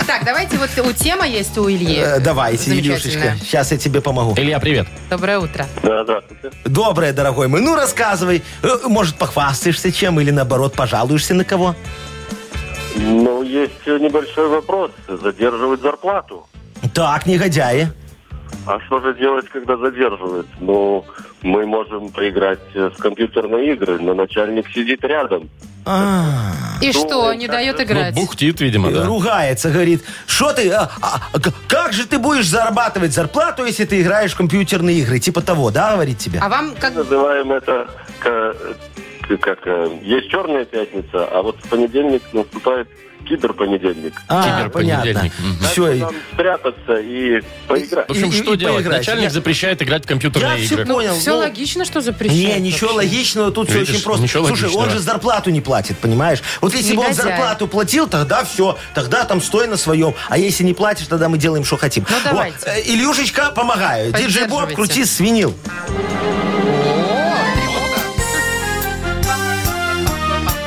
S3: Так, давайте вот у тема есть у Ильи.
S4: Э, Давайте,
S3: Замечательная.
S4: Илюшечка, сейчас я тебе помогу.
S2: Илья, привет.
S3: Доброе утро.
S6: Да, здравствуйте.
S4: Доброе, дорогой мой. Ну, рассказывай. Э, Может, похвастаешься чем или, наоборот, пожалуешься на кого?
S6: Ну, есть небольшой вопрос. Задерживают зарплату.
S4: Так, негодяи.
S6: А что же делать, когда задерживают? Ну, мы можем поиграть э, в компьютерные игры, но начальник сидит рядом.
S4: А,
S3: И что,
S6: Доброе,
S3: не
S6: как
S3: дает
S6: же.
S2: Ну,
S3: играть?
S2: бухтит, видимо, да.
S4: Ругается, говорит, что ты, а, а, а, к- как же ты будешь зарабатывать зарплату, если ты играешь в компьютерные игры? Типа того, да, говорит тебе?
S3: А вам как...
S6: Называем это к- к- как э, есть черная пятница, а вот в понедельник наступает киберпонедельник.
S4: А,
S2: Киберпонедельник. Мгм.
S4: Все,
S6: Надо нам спрятаться и поиграть.
S2: В общем,
S4: И- и-
S2: что
S4: и
S2: делать?
S4: поиграть.
S2: Начальник
S4: Я-
S2: запрещает играть в компьютерные
S4: Я всё
S2: игры.
S4: понял.
S3: Все
S4: ну,
S3: логично, что запрещают.
S4: Не, ничего
S3: вообще.
S4: логичного, тут все
S2: Видишь,
S4: очень просто.
S2: ничего
S4: Слушай, он
S2: логичного.
S4: же зарплату не платит, понимаешь? Вот если бы он
S3: Негодяй.
S4: зарплату платил, тогда все, тогда там стой на своем. А если не платишь, тогда мы делаем, что хотим.
S3: Ну, давайте.
S4: Э, Илюшечка, помогаю. Диджей Боб,
S3: Поддерживайте.
S4: крути свинил.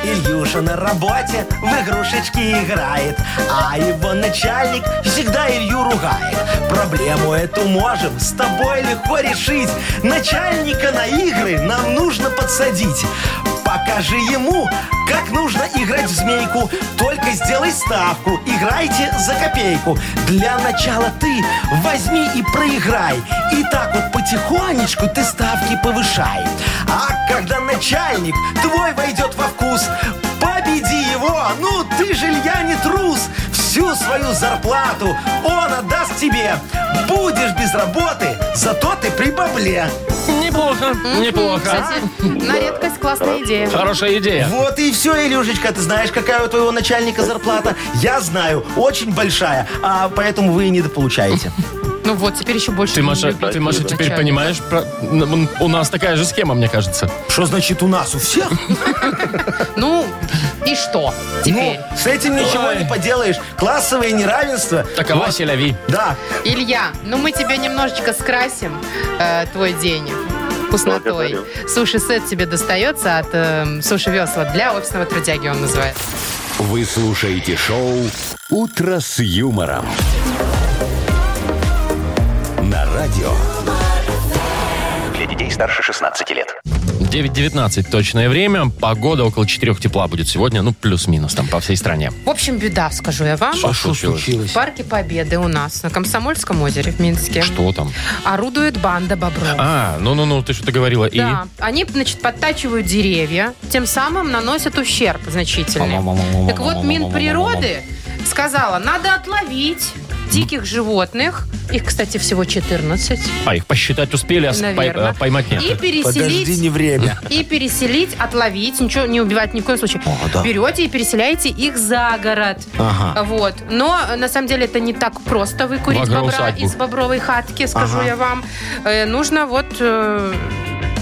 S4: Ильюша на работе в игрушечки играет, а его начальник всегда Илью ругает. Проблему эту можем с тобой легко решить. Начальника на игры нам нужно подсадить. Покажи ему, как нужно играть в змейку. Только сделай ставку, играйте за копейку. Для начала ты возьми и проиграй. И так вот потихонечку ты ставки повышай. А когда начальник твой войдет во вкус, победи его, ну ты же, Илья, не трус. Всю свою зарплату он отдаст тебе. Будешь без работы, зато ты при бабле.
S2: Неплохо, неплохо.
S3: Кстати, на редкость классная идея.
S2: Хорошая идея.
S4: Вот и все, Илюшечка, ты знаешь, какая у твоего начальника зарплата? Я знаю, очень большая, а поэтому вы и недополучаете.
S3: Ну вот, теперь еще больше
S2: Ты,
S3: не
S2: Маша,
S3: люблю
S2: ты, Маша,
S3: начальника.
S2: теперь понимаешь, про- м, у нас такая же схема, мне кажется.
S4: Что значит у нас, у всех?
S3: Ну, и что
S4: Ну,
S3: теперь?
S4: с этим ничего не
S2: Ой.
S4: поделаешь. Классовое неравенство.
S2: Такова селяви.
S4: Да,
S3: Илья, ну мы тебе немножечко скрасим э, твой день вкуснотой.
S6: Благодарю.
S3: Суши-сет тебе достается от э, суши-весла для офисного трудяги, он называет.
S1: Вы слушаете шоу «Утро с юмором». На радио
S5: Для детей старше 16 лет.
S2: 9.19 точное время. Погода около 4 тепла будет сегодня. Ну, плюс-минус там по всей стране.
S3: В общем, беда, скажу я вам.
S2: Что
S4: А что
S2: случилось?
S4: случилось?
S3: В парке Победы у нас на Комсомольском озере в Минске
S2: Что там?
S3: орудует банда бобров.
S2: А, ну-ну-ну, ты что-то говорила. И...
S3: Да, они, значит, подтачивают деревья, тем самым наносят ущерб значительный. Так вот, Минприроды сказала, надо отловить диких животных, их, кстати, всего 14,
S2: А, их посчитать успели, а с- пой-
S3: Наверно.
S2: а поймать
S3: и
S2: нет.
S4: Подожди,
S3: переселить...
S4: не время.
S3: И переселить, отловить, ничего не убивать ни в коем случае.
S4: О, да.
S3: Берете и переселяете их за город.
S4: Ага.
S3: Вот. Но э, на самом деле это не так просто выкурить
S2: Бобровую
S3: бобра
S2: усадьбу.
S3: из бобровой хатки, скажу
S4: Ага.
S3: я вам. Э, нужно вот э,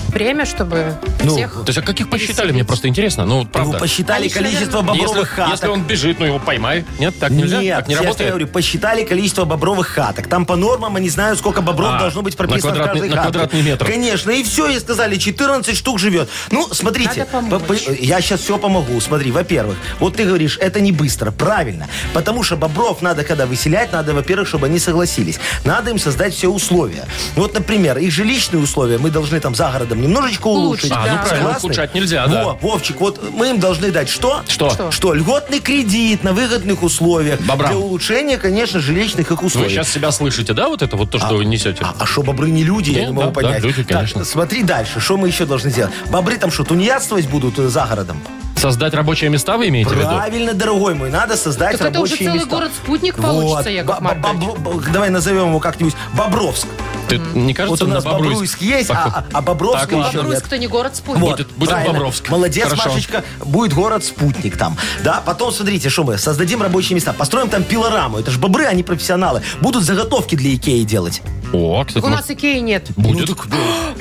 S3: время, чтобы
S4: Ну,
S3: всех.
S2: То есть, а как их посчитали? Мне просто интересно. Ну, вот
S4: Вы
S2: правда.
S4: посчитали
S3: Они ж,
S4: количество
S2: Если,
S4: бобровых хаток.
S2: если он бежит, ну его поймай. Нет, так нельзя?
S4: Нет,
S2: так не
S4: я же тебе
S2: работает?
S4: говорю, посчитали количество бобровых хаток. Там по нормам они знают, сколько бобров
S2: А,
S4: должно быть
S2: на
S4: прописано в
S2: квадратный-
S4: каждой
S2: на
S4: хатке.
S2: квадратный метр.
S4: Конечно, и все, и сказали, 14 штук живет. Ну, смотрите,
S3: Надо помочь.
S4: я сейчас все помогу. Смотри, во-первых, вот ты говоришь, это не быстро, правильно. Потому что бобров надо, когда выселять, надо, во-первых, чтобы они согласились. Надо им создать все условия. Вот, например, их жилищные условия мы должны там за городом немножечко
S3: Улучшить,
S4: улучшить.
S3: А, ну да.
S2: правильно,
S4: Согласны?
S2: ухудшать нельзя, да.
S4: Во, Вовчик, вот мы им должны дать что?
S2: Что?
S3: Что?
S4: Что льготный кредит на выгодных условиях
S2: Бобрам.
S4: для улучшения, конечно, жилищных их
S2: Вы
S4: условий.
S2: сейчас себя слышите, да, вот это вот то, что вы несете?
S4: А что, бобры не люди, я
S2: Не,
S4: не могу
S2: Ну да, да,
S4: понять.
S2: люди,
S4: Так,
S2: конечно.
S4: смотри дальше, что мы еще должны сделать? Бобры там что, тунеядствовать будут э, за городом?
S2: Создать рабочие места вы имеете в виду?
S4: Правильно, дорогой мой, надо создать
S3: Так это уже
S4: рабочие
S3: целый
S4: места.
S3: город-спутник получится,
S4: Вот.
S3: Яков
S4: Бо- бо-
S3: Маркович.
S4: бо- бо- Давай назовем его как-нибудь Бобровск.
S2: Ты, не кажется,
S4: вот у нас
S2: на Бобруйск?
S4: Бобруйск есть, а, а- а Бобровска
S2: Так, ладно.
S4: еще нет.
S3: Бобруйск-то не город-спутник.
S4: Вот,
S2: Будет- будет
S4: правильно.
S2: Бобровск.
S4: Молодец,
S2: Хорошо.
S4: Машечка. Будет город-спутник там. Да, потом, смотрите, что мы, создадим рабочие места, построим там пилораму. Это же бобры, они профессионалы. Будут заготовки для Икеи делать.
S2: О, кстати,
S3: У
S2: может,
S3: нас Икеи нет.
S2: будет.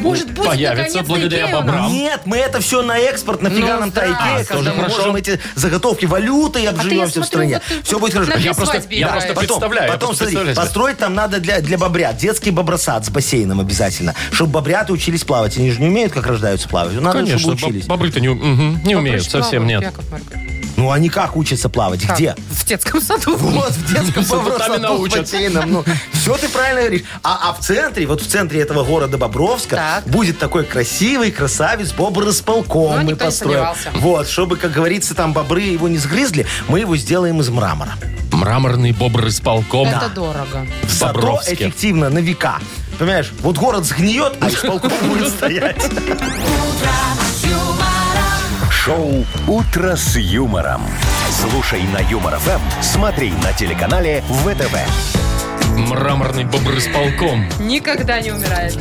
S3: Может, будет
S2: Появится
S3: наконец-то
S2: благодаря
S3: Икея у нас?
S2: бобрам.
S4: Нет, мы это все на экспорт, нафига
S3: Ну
S4: нам та
S3: да.
S4: Икея,
S3: А,
S4: когда
S2: тоже
S4: мы
S2: хорошо.
S4: можем эти заготовки валюты и
S3: я
S4: обживемся в
S3: смотрю,
S4: стране.
S3: вот А ты
S4: все будет хорошо.
S3: на
S2: Я
S3: При
S2: просто,
S3: свадьбе
S2: я
S3: играет.
S2: просто
S4: Потом,
S2: представляю. я
S4: потом
S2: просто
S4: смотри,
S2: представляю себе.
S4: построить там надо для, для бобрят, детский бобросад с бассейном обязательно, чтобы бобряты учились плавать. Они же не умеют, как рождаются плавать. Ну, Надо,
S2: Конечно,
S4: чтобы
S2: боб-
S4: учились.
S2: бобры-то не, у- мгм, не умеют
S3: Попроще
S2: совсем, нет.
S3: плавать, Яков Маркович.
S4: Ну, они как учатся плавать?
S3: Как?
S4: Где?
S3: В детском саду.
S4: Вот, в детском
S2: Саду там и
S4: бобросаду с
S2: научат.
S4: бассейном. Ну, все ты правильно говоришь. А, а в центре, вот в центре этого города Бобровска
S3: Так.
S4: будет такой красивый красавец бобр располком
S3: Ну,
S4: мы
S3: никто не
S4: построим.
S3: сомневался.
S4: Вот, чтобы, как говорится, там бобры его не сгрызли, мы его сделаем из мрамора.
S2: Мраморный бобр с полком
S3: Это дорого.
S2: в
S4: Зато
S2: Бобровске.
S4: эффективно на века. Понимаешь, вот город сгниет, а исполком будет стоять.
S1: Шоу «Утро с юмором». Слушай на Юмор ФМ, смотри на телеканале ВТВ.
S2: Мраморный бобр с полком.
S3: Никогда не умирает.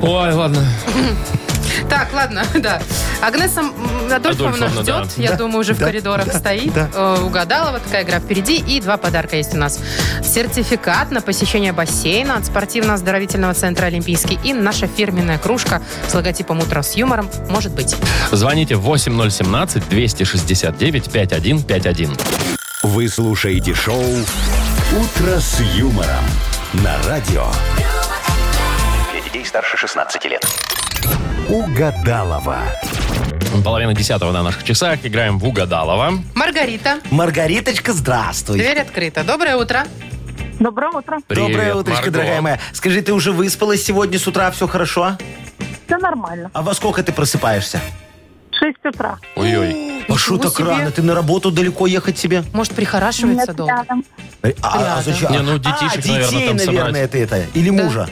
S2: Ой, ладно.
S3: Так, ладно, да. Агнеса м, Адольфовна
S2: Адольфовна, да.
S3: ждет, я думаю, уже в коридорах стоит. Э, Угадала, вот такая игра впереди. И два подарка есть у нас. Сертификат на посещение бассейна от спортивно-оздоровительного центра «Олимпийский» и наша фирменная кружка с логотипом «Утро с юмором» может быть.
S2: Звоните 8017-269-5151.
S1: Вы слушаете шоу «Утро с юмором» на радио
S5: Для детей старше 16 лет.
S1: «Угадалова».
S2: Половина десятого на наших часах. Играем в Угадалова.
S3: Маргарита,
S4: Маргариточка, здравствуй.
S3: дверь открыта. Доброе утро.
S7: Доброе утро.
S2: Привет,
S4: Доброе утречко,
S2: Марго.
S4: дорогая моя. Скажи, ты уже выспалась сегодня с утра, все хорошо?
S7: Все нормально.
S4: А во сколько ты просыпаешься?
S7: 6 утра.
S2: Ой-ой.
S4: А что
S3: Ничего
S4: так
S3: себе.
S4: рано? Ты на работу далеко ехать тебе?
S3: Может, прихорашивается
S7: Нет,
S3: долго?
S7: рядом.
S4: А, а
S3: Рядом.
S4: зачем?
S2: Не, ну, детишек,
S4: а, детей,
S2: наверное,
S4: наверное,
S2: там собрать.
S4: ты это. Или
S3: Да.
S4: мужа.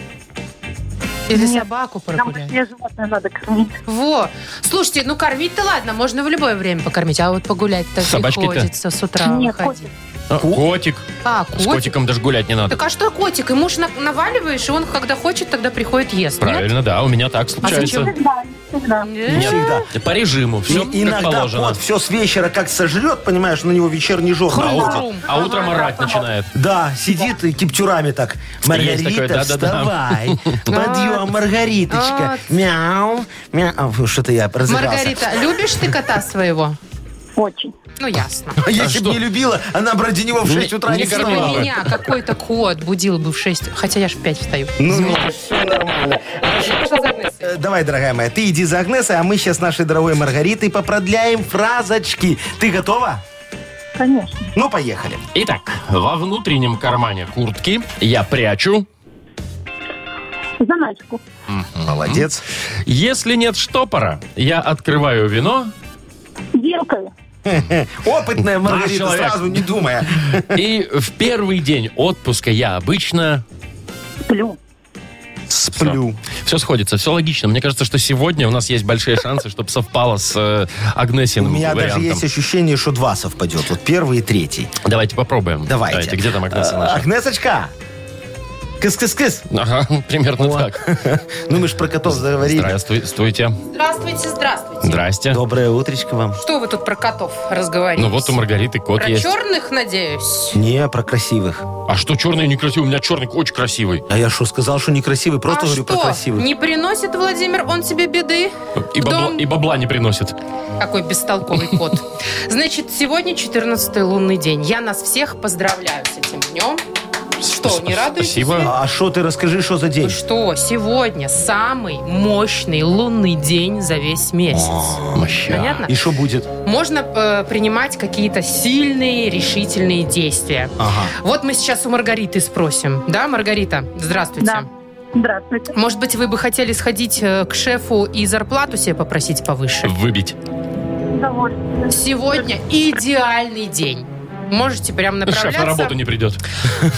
S3: Или
S7: Нет.
S3: собаку
S7: Нам
S3: прогуляет?
S7: все животное надо кормить.
S3: Во! Слушайте, ну кормить-то ладно, можно в любое время покормить, а вот погулять-то
S2: Собачки-то?
S3: приходится с утра
S7: Нет,
S3: выходить.
S7: котик.
S2: А, Котик.
S3: А,
S2: С
S3: котик?
S2: котиком даже гулять не надо.
S3: Так а что котик? Ему же на- наваливаешь, и он, когда хочет, тогда приходит ест. нет?
S2: Правильно, да, у меня так случается.
S3: зачем?
S7: Всегда, всегда.
S3: Э,
S4: Всегда.
S2: По режиму, все
S4: И-
S2: как
S4: иногда
S2: положено.
S4: кот все с вечера как сожрет, понимаешь, на него вечерний журнал.
S2: А,
S3: Хрум.
S4: ходит.
S2: утром- а утром орать начинает.
S4: Да, сидит и кипчурами так.
S2: Есть
S4: Маргарита,
S2: такое, да-да-да.
S4: вставай. Подъем, Маргариточка. Мяу. Мяу. А, фу, Что-то я разыгрался.
S3: Маргарита, любишь ты кота своего?
S7: Очень.
S3: Ну, ясно.
S4: А если
S2: что?
S4: бы не любила, она бы ради него в 6 утра
S2: не
S4: не
S3: Если бы
S2: Здорово.
S4: вставала.
S3: меня какой-то кот будил бы в 6, хотя я же в 5 встаю.
S4: Ну, ну, всё нормально.
S3: Что за Агнеса?
S4: Э, Давай, дорогая моя, ты иди за Агнесой, а мы сейчас нашей дорогой Маргаритой попродляем фразочки. Ты готова?
S7: Конечно.
S4: Ну, поехали.
S2: Итак, во внутреннем кармане куртки я прячу
S7: Заначку.
S4: Молодец.
S2: Если нет штопора, я открываю вино
S7: Вилкой.
S4: Опытная Маргарита,
S2: человек.
S4: сразу не думая.
S2: И в первый день отпуска я обычно...
S7: Сплю.
S4: Сплю.
S2: Все сходится, все логично. Мне кажется, что сегодня у нас есть большие шансы, чтобы совпало с э,
S4: У
S2: Агнесиным
S4: меня даже
S2: вариантом.
S4: есть ощущение, что два совпадет. Вот первый и третий.
S2: Давайте попробуем.
S4: Давайте.
S2: где там Агнеса
S4: А,
S2: наша?
S4: Агнесочка! Кыс-кыс-кыс!
S2: Ага, примерно так.
S4: Ну, мы ж про котов заговорили.
S2: Здравствуйте.
S3: Здравствуйте, здравствуйте.
S2: Здрасте.
S4: Доброе утречко вам.
S3: Что вы тут про котов разговариваете?
S2: Ну вот у Маргариты кот
S3: Про
S2: есть.
S3: черных, надеюсь?
S4: Не, про красивых.
S2: А что черный некрасивый? У меня черный очень красивый.
S4: А я что, сказал, что некрасивый? Просто
S3: а
S4: говорю
S3: что,
S4: про красивых.
S3: не приносит, Владимир, он тебе беды?
S2: И
S3: Да
S2: бабла,
S3: он-
S2: и бабла не приносит.
S3: Какой бестолковый кот. Значит, сегодня 14 лунный день. Я нас всех поздравляю с этим днем. Что, не радуетесь?
S2: Спасибо.
S4: А что ты расскажи, что за
S3: Вы
S4: день?
S3: что, сегодня самый мощный лунный день за весь месяц.
S2: Моща.
S3: Понятно?
S4: И что будет?
S3: Можно э, принимать какие-то сильные, решительные действия.
S4: Ага.
S3: Вот мы сейчас у Маргариты спросим. Да, Маргарита? Здравствуйте.
S7: Да. Здравствуйте.
S3: Может быть, вы бы хотели сходить э, к шефу и зарплату себе попросить повыше?
S2: Выбить.
S7: Удовольствие.
S3: Сегодня идеальный день. Можете прям направляться.
S2: Шеф на работу не придет.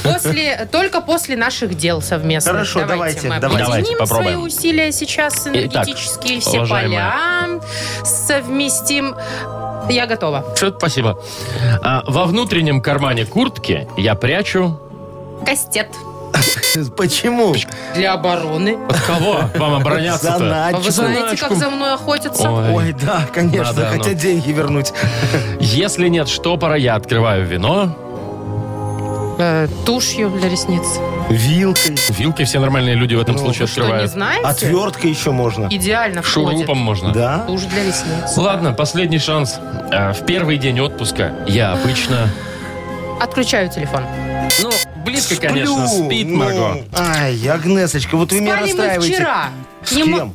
S3: После, только после наших дел совместно.
S4: Хорошо, давайте,
S3: мы объединим
S4: давайте.
S2: Давайте, попробуем.
S3: свои усилия сейчас,
S2: Итак,
S3: энергетические все
S2: уважаемая.
S3: поля, совместим. Я готова.
S2: Что это спасибо. А, во внутреннем кармане куртки я прячу...
S3: Кастет
S4: Почему?
S3: для обороны.
S2: От кого вам обороняться-то?
S3: А вы
S4: Заначку.
S3: знаете, как
S2: Заначку.
S3: за мной охотятся?
S2: Ой.
S4: Ой, да, конечно,
S2: Надо оно.
S4: хотят деньги вернуть.
S2: Если нет штопора, я открываю вино.
S3: Э, тушью для ресниц.
S4: Вилкой,
S2: Вилки все нормальные люди в этом
S4: Ну,
S2: случае
S3: Что, не
S2: открывают.
S3: знаете?
S4: отверткой еще можно.
S3: Идеально входит.
S2: Шурупом можно.
S4: Да?
S3: Тушь для ресниц.
S2: Ладно, последний шанс. А, В первый день отпуска я обычно...
S3: Отключаю телефон.
S2: Ну, близко, конечно,
S4: Сплю,
S2: спит
S4: ну.
S2: Марго.
S4: Ай, Агнесочка, вот вы меня
S3: Спали мы
S4: расстраиваете.
S3: вчера.
S4: С
S3: Не мо-
S4: кем?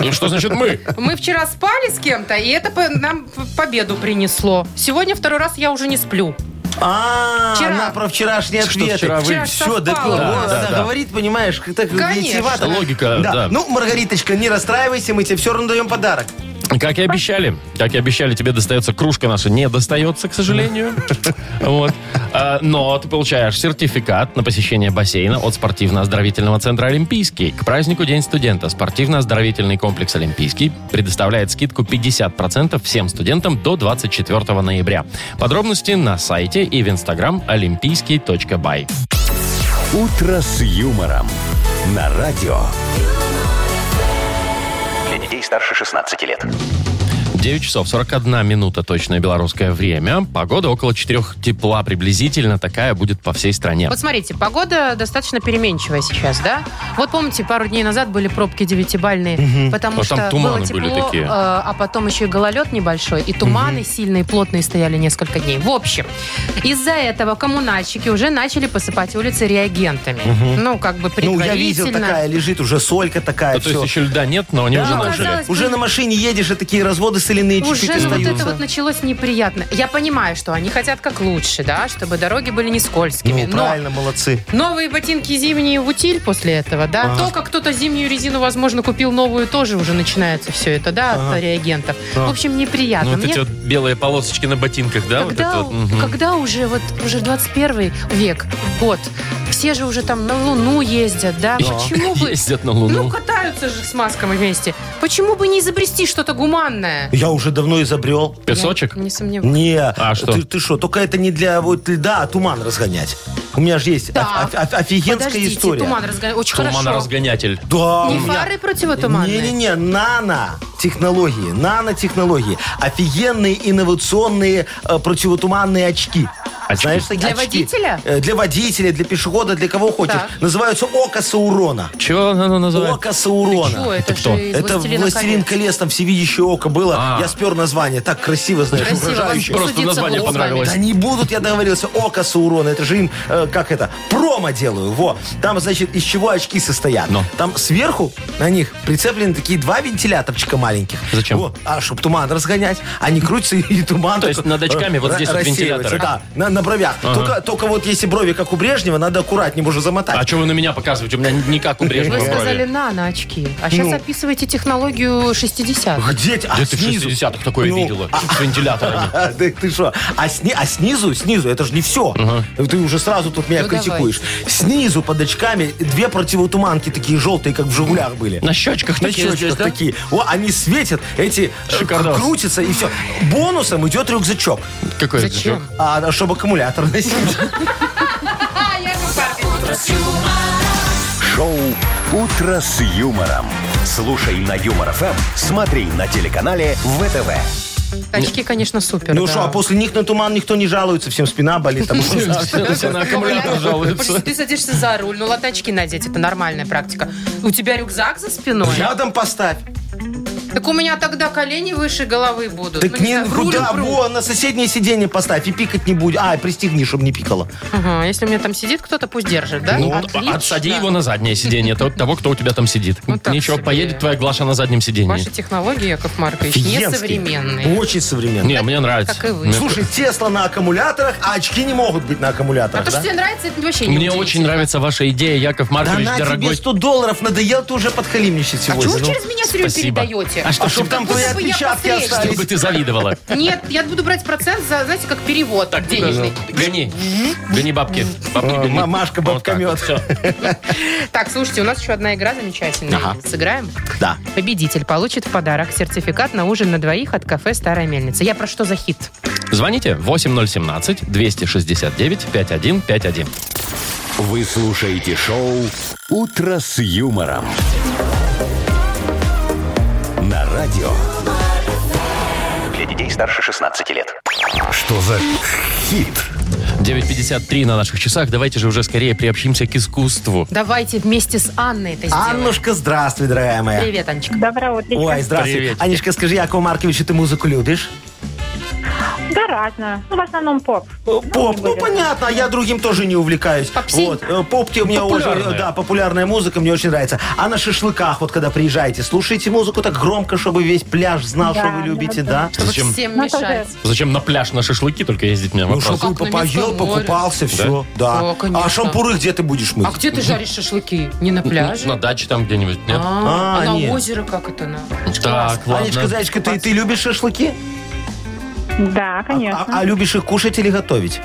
S2: Ну, что значит мы?
S3: Мы вчера спали с кем-то, и это по- нам победу принесло. Сегодня второй раз я уже не сплю.
S4: А,
S3: Вчера.
S4: она про вчерашние
S2: Что
S4: ответы.
S2: вчера вы- Вчера ж
S4: Все, да,
S3: совпало.
S4: да,
S2: Да, да,
S4: она
S2: да.
S4: говорит, понимаешь, как так
S3: Конечно.
S4: витиевато.
S2: Логика, да.
S4: Ну, Маргариточка, не расстраивайся, мы тебе все равно даем подарок.
S2: Как и обещали, как и обещали, тебе достается кружка наша. Не достается, к сожалению. Вот. А, Но ты получаешь сертификат на посещение бассейна от спортивно-оздоровительного центра «Олимпийский». К празднику День студента спортивно-оздоровительный комплекс «Олимпийский» предоставляет скидку 50% всем студентам до 24 ноября. Подробности на сайте и в инстаграм олимпийский.бай.
S1: «Утро с юмором» на радио.
S5: Для детей старше 16 лет.
S2: 9 часов 41 минута точное белорусское время. Погода около 4 тепла приблизительно. Такая будет по всей стране.
S3: Вот смотрите, погода достаточно переменчивая сейчас, да? Вот помните, пару дней назад были пробки девятибальные, потому
S4: А
S2: Вот
S3: что
S2: там туманы
S3: было тепло,
S2: были такие.
S3: э, а потом еще и гололед небольшой, и туманы сильные, плотные стояли несколько дней. В общем, из-за этого коммунальщики уже начали посыпать улицы реагентами. Ну, как бы
S4: Ну,
S3: предварительно.
S4: я видел, такая лежит, уже солька такая,
S2: Ну, то есть
S4: все.
S2: еще льда нет, но они
S4: Да,
S2: уже
S3: А, Ну,
S2: начали.
S3: казалось бы,
S4: Уже на машине едешь, и такие разводы соляные чуть-чуть
S3: Уже вот это
S4: остаются.
S3: вот началось неприятно. Я понимаю, что они хотят как лучше, да, чтобы дороги были не скользкими.
S4: Ну,
S3: но
S4: правильно, молодцы.
S3: новые ботинки зимние в утиль после этого, да. То, как кто-то зимнюю резину, возможно, купил новую, тоже уже начинается все это, да, от реагентов. В общем,
S2: Ну,
S3: неприятно.
S2: вот
S3: Мне
S2: эти вот белые полосочки на ботинках, да? вот
S3: когда,
S2: это вот, мгм.
S3: когда уже вот уже 21 век, год, все же уже там на Луну ездят, да? Почему бы?
S2: Ездят на Луну.
S3: Ну, катаются же с масками вместе. Почему бы не изобрести что-то гуманное?
S4: Я уже давно изобрел.
S2: Песочек?
S3: Я не сомневаюсь.
S4: Не,
S2: А что?
S4: Ты, ты что, только это не для вот льда, а туман разгонять. У меня же есть
S3: Да.
S4: оф- оф- офигенская
S3: Подождите,
S4: история.
S3: туман разгоняет. Очень хорошо.
S2: Туманоразгонятель.
S4: Да,
S3: Не
S4: у меня-
S3: фары противотуманные?
S4: Не-не-не, нано-технологии, нано-технологии. Офигенные инновационные э, противотуманные очки.
S2: Очки.
S4: Знаешь, такие
S3: Для водителя?
S4: Э, для водителя, для пешехода, для кого хочешь.
S3: Так.
S4: Называются око Саурона.
S2: Чего она называет?
S4: Око Саурона.
S3: Чего? Это,
S2: Это кто?
S3: же из
S4: Это
S3: «Властелина
S4: «Властелин
S3: колец».
S4: колес», там всевидящее око было.
S2: А.
S4: Я спер название. Так красиво, знаешь,
S3: Красиво,
S4: угрожающе.
S3: вам
S2: Просто
S3: судиться
S2: название
S3: было с вами.
S2: понравилось.
S4: Да не будут, я договорился. Око Саурона. Это же им, э, как это, промо делаю. Во. Там, значит, из чего очки состоят.
S2: Но.
S4: Там сверху на них прицеплены такие два вентиляторчика маленьких.
S2: Зачем?
S4: Во. А, чтобы туман разгонять. Они крутятся, и туман...
S2: То есть
S4: такой,
S2: над очками
S4: э,
S2: вот здесь вот
S4: рассеивается.
S2: вентиляторы.
S4: Да, на- на бровях. Только, только вот если брови, как у Брежнева, надо аккуратнее уже замотать.
S2: А что вы на меня показываете? У меня не как у Брежнева
S3: Вы сказали
S2: брови.
S3: на очки. А сейчас описывайте технологию 60.
S4: Где? т- а
S2: Где ты в
S4: снизу?
S2: 60-х такое
S4: Ну,
S2: видела? С вентиляторами.
S4: А, ты ты что? А, сни- а снизу, снизу, это же не все. Ты уже сразу тут меня
S3: Ну,
S4: критикуешь. Снизу под очками две противотуманки такие желтые, как в «Жигулях» были.
S2: На щечках
S4: На
S2: такие Ну, здесь,
S4: щечках
S2: да?
S4: такие. О, они светят, эти э,
S2: Шикардос.
S4: крутятся и все. Бонусом идет рюкзачок,
S2: Какой это
S3: Зачем?
S2: жук?
S4: а, чтобы аккумулятор носить.
S1: Шоу «Утро с юмором». Слушай на Юмор ФМ, смотри на телеканале ВТВ.
S3: Очки, конечно, супер.
S4: Ну
S3: да.
S4: что, а после них на туман никто не жалуется, всем спина болит. там.
S2: Все на аккумулятор жалуются.
S3: Ну, Ты садишься за руль, ну ладно, очки надеть, это нормальная практика. У тебя рюкзак за спиной?
S4: Рядом поставь.
S3: Так у меня тогда колени выше головы будут.
S4: Так
S3: Ну, не знаю, в руль
S4: никуда,
S3: упру.
S4: во, на соседнее сиденье поставь, и пикать не будет. А, пристегни, чтобы не пикало.
S3: Ага, если у меня там сидит кто-то, пусть держит, да?
S2: Ну,
S3: Отлично.
S2: отсади его на заднее сиденье, то- того, кто у тебя там сидит.
S3: Вот так
S2: Ничего,
S3: себе.
S2: поедет твоя Глаша на заднем сиденье.
S3: Ваши технологии, Яков Маркович,
S4: Офигенский.
S3: несовременные.
S4: Очень современный.
S2: Не, мне нравится.
S3: как и вы.
S4: Слушай, Тесла на аккумуляторах, а очки не могут быть на
S3: А
S4: аккумуляторах,
S3: то, что
S4: да?
S3: тебе нравится, это вообще не
S2: Мне очень нравится ваша идея, Яков
S4: Да
S2: Маркович,
S4: на тебе
S2: А дорогой.
S4: 100 долларов надоел, ты уже подхалимничать
S3: А
S4: сегодня.
S3: чего вы
S4: ну.
S3: через меня все время
S2: спасибо.
S3: передаете?
S2: А что,
S4: А чтоб там
S3: будто
S4: твои
S3: бы я
S4: отпечатки
S3: посредственник.
S4: остались.
S2: Чтобы ты завидовала.
S3: Нет, я буду брать процент за, знаете, как перевод денежный. А,
S2: Гони. Гони бабки. Бабки
S4: О,
S2: гони.
S4: Мамашка
S2: Вот так
S4: бабкомет.
S3: Так, слушайте, у нас еще одна игра замечательная.
S4: Ага.
S3: Сыграем?
S4: Да.
S3: Победитель получит в подарок сертификат на ужин на двоих от кафе «Старая мельница». Я про что за хит?
S2: вот. Звоните 8017-269-5151.
S1: Вы слушаете шоу «Утро с юмором». На радио.
S5: Для детей старше 16 лет.
S1: Что за хит?
S2: 9.53 на наших часах. Давайте же уже скорее приобщимся к искусству.
S3: Давайте вместе с Анной это сделаем.
S4: Аннушка, здравствуй, дорогая моя.
S3: Привет, Анечка.
S7: Доброе утро.
S4: Ой, здравствуй.
S2: Приветики.
S4: Анечка, скажи, Якову Марковичу, ты музыку любишь?
S7: Да, разное. Ну, в основном поп.
S4: Э, Поп, ну понятно, а я другим тоже не увлекаюсь.
S3: Попси.
S4: Вот, э, поп те мне
S2: Популярная.
S4: очень, э, да, популярная музыка мне очень нравится. А на шашлыках вот когда приезжаете, слушайте музыку так громко, чтобы весь пляж знал,
S7: Да,
S4: что вы
S7: да,
S4: любите, да?
S7: да.
S2: Зачем,
S3: Всем
S7: Ну,
S3: мешать.
S7: тоже-
S2: зачем на пляж на шашлыки только ездить, у меня
S4: Ну,
S2: вопрос.
S4: шашлык
S3: Как на
S4: попоел,
S3: Минском море.
S4: покупался, все,
S3: О,
S4: да.
S3: конечно.
S4: а шампуры где ты будешь мыть?
S3: А где ты жаришь шашлыки? Не на пляже?
S2: На даче там где-нибудь, нет?
S3: А,
S4: А,
S3: а на
S4: нет.
S3: озеро как это на?
S2: Так,
S4: Анечка,
S2: ладно.
S4: зайчка, ты, ты любишь шашлыки?
S7: Да,
S4: А-
S7: конечно.
S4: А, а любишь их кушать или готовить?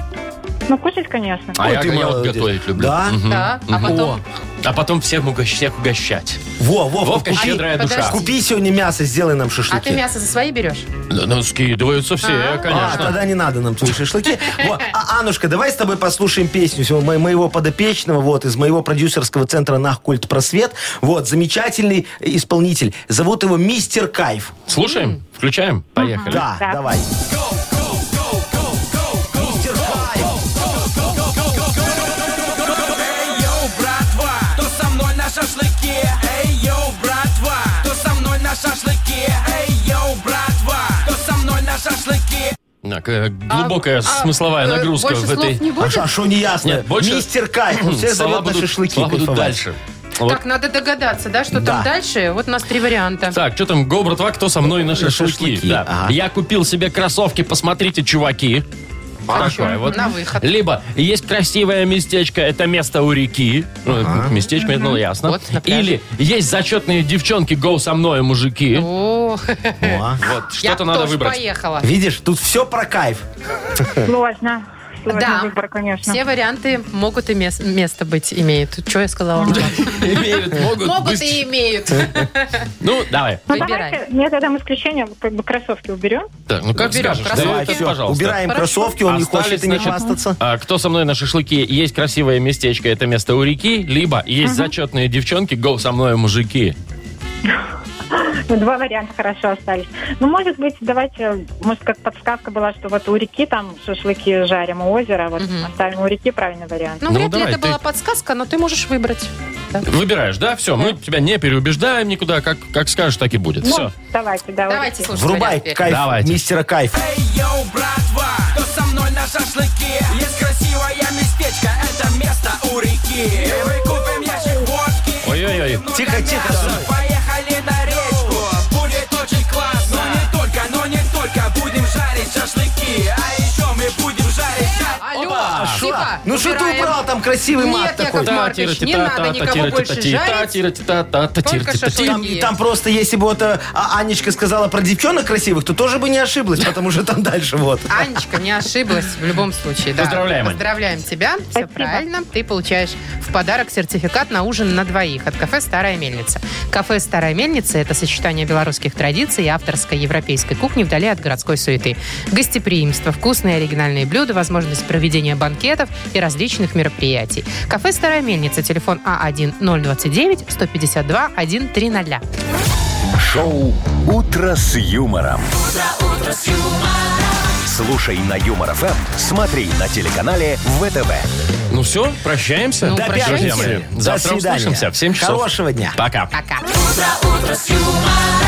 S7: Ну, кушать, конечно.
S2: А
S4: Ой,
S2: я,
S4: ты
S2: я вот
S4: молодец.
S2: готовить люблю.
S4: Да?
S2: Мгм.
S3: Да, а потом...
S2: А потом всех, угощ- всех угощать.
S4: Во, во,
S2: Вовка,
S4: купи,
S2: щедрая
S3: А, подожди.
S2: душа.
S4: купи сегодня мясо, сделай нам
S3: А
S4: шашлыки.
S3: ты мясо за свои берешь?
S2: Ну, скидываются все,
S4: А,
S2: конечно.
S4: тогда не надо нам твои шашлыки. Во, А, Анушка, давай с тобой послушаем песню всего мо- моего подопечного, вот, из моего продюсерского центра «Нах Культ Просвет». Вот, замечательный э, исполнитель. Зовут его Мистер Кайф.
S2: Слушаем, включаем, поехали.
S4: Да,
S7: Так.
S4: давай. Мистер Кайф.
S2: Так, э, глубокая смысловая
S3: э,
S2: нагрузка
S3: больше
S2: в этой...
S3: слов не будет?
S4: А что не ясно?
S2: Нет, больше-
S4: Мистер Кайф. Он все
S2: Слова
S4: зовет на
S2: будут-
S4: шашлыки.
S2: слова будут
S4: кайфовать.
S2: дальше. Вот.
S3: Так, надо догадаться, да, что
S4: Да.
S3: там дальше? Вот у нас три варианта.
S2: Так, что там, го, братва, кто со мной на шашлыки?
S4: шашлыки,
S2: Да.
S4: ага.
S2: Я купил себе кроссовки, посмотрите, чуваки. Такое вот.
S3: А На выход.
S2: Либо есть красивое местечко, это место у реки. Ну, Местечко, это ну, ясно.
S3: Вот, на пляже.
S2: Или есть зачетные девчонки, гоу со мной, мужики.
S3: О,
S4: Во.
S2: Вот,
S3: Ну, я
S2: что-то надо
S3: тоже
S2: выбрать.
S3: поехала.
S4: Видишь, тут все про кайф.
S7: Сложно. Сложный
S3: Да.
S7: выбор, конечно.
S3: Все варианты могут и мес- место быть имеют. Что я сказала?
S2: Имеют, могут,
S3: Могут
S2: быть.
S3: и имеют.
S2: Ну, давай.
S7: Ну,
S3: Выбирай.
S7: давайте, нет, я дам исключение, как бы кроссовки уберем.
S2: Так, ну как
S3: Берем
S2: скажешь,
S3: кроссовки.
S2: давай,
S4: Давай, всё,
S2: пожалуйста.
S4: Убираем
S3: Хорошо.
S4: кроссовки, он не
S2: Остались,
S4: хочет и не
S2: значит,
S4: хвастаться.
S2: А, кто со мной на шашлыке? Есть красивое местечко, это место у реки, либо есть зачетные девчонки, гоу со мной, мужики.
S7: Ну, Два варианта хорошо остались. Ну, может быть, давайте, может, как подсказка была, что вот у реки там шашлыки жарим, у озера, вот
S3: Мгм.
S7: оставим у реки правильный вариант.
S3: Ну,
S2: Ну,
S3: вряд ли
S2: давай,
S3: это
S2: ты-
S3: была подсказка, но ты можешь выбрать. Да.
S2: Выбираешь, да? Все, мы тебя не переубеждаем никуда, как, как скажешь, так и будет.
S7: Ну,
S2: Все.
S7: давайте, да, у
S3: Давайте
S7: реки.
S3: слушать
S4: Врубай
S3: вариант теперь.
S4: кайф,
S2: Давайте.
S4: мистера кайф.
S2: Ой-ой-ой.
S4: Тихо, тихо.
S3: А,
S4: Ну
S2: Ну,
S4: там красивый мат
S3: Нет,
S4: такой?
S3: Яков Маркович, не надо никого больше жарить. Только шашлыки.
S2: Яков
S4: Там, там просто, если бы вот э, а- Анечка сказала про девчонок красивых, то тоже бы не ошиблась, потому что там дальше вот.
S3: Анечка не ошиблась в любом случае. да.
S2: Поздравляем, Ань.
S3: Поздравляем тебя. Все правильно. Ты получаешь в подарок сертификат на ужин на двоих от кафе «Старая мельница». Кафе «Старая мельница» — это сочетание белорусских традиций и авторской европейской кухни вдали от городской суеты. Гостеприимство, вкусные оригинальные блюда, возможность проведения банкетов и различных мероприятий. Кафе «Старая мельница», телефон А А1-029-152-130.
S1: Шоу «Утро с юмором». Слушай на Юмор ФМ, смотри на телеканале ВТВ.
S2: Ну все, прощаемся.
S3: Ну,
S4: До
S3: прощайте.
S2: друзья
S4: пятницы.
S2: мои. Завтра
S4: До свидания.
S2: услышимся в 7 часов.
S4: Хорошего дня.
S2: Пока.
S3: Пока.
S9: Утро, утро с юмором.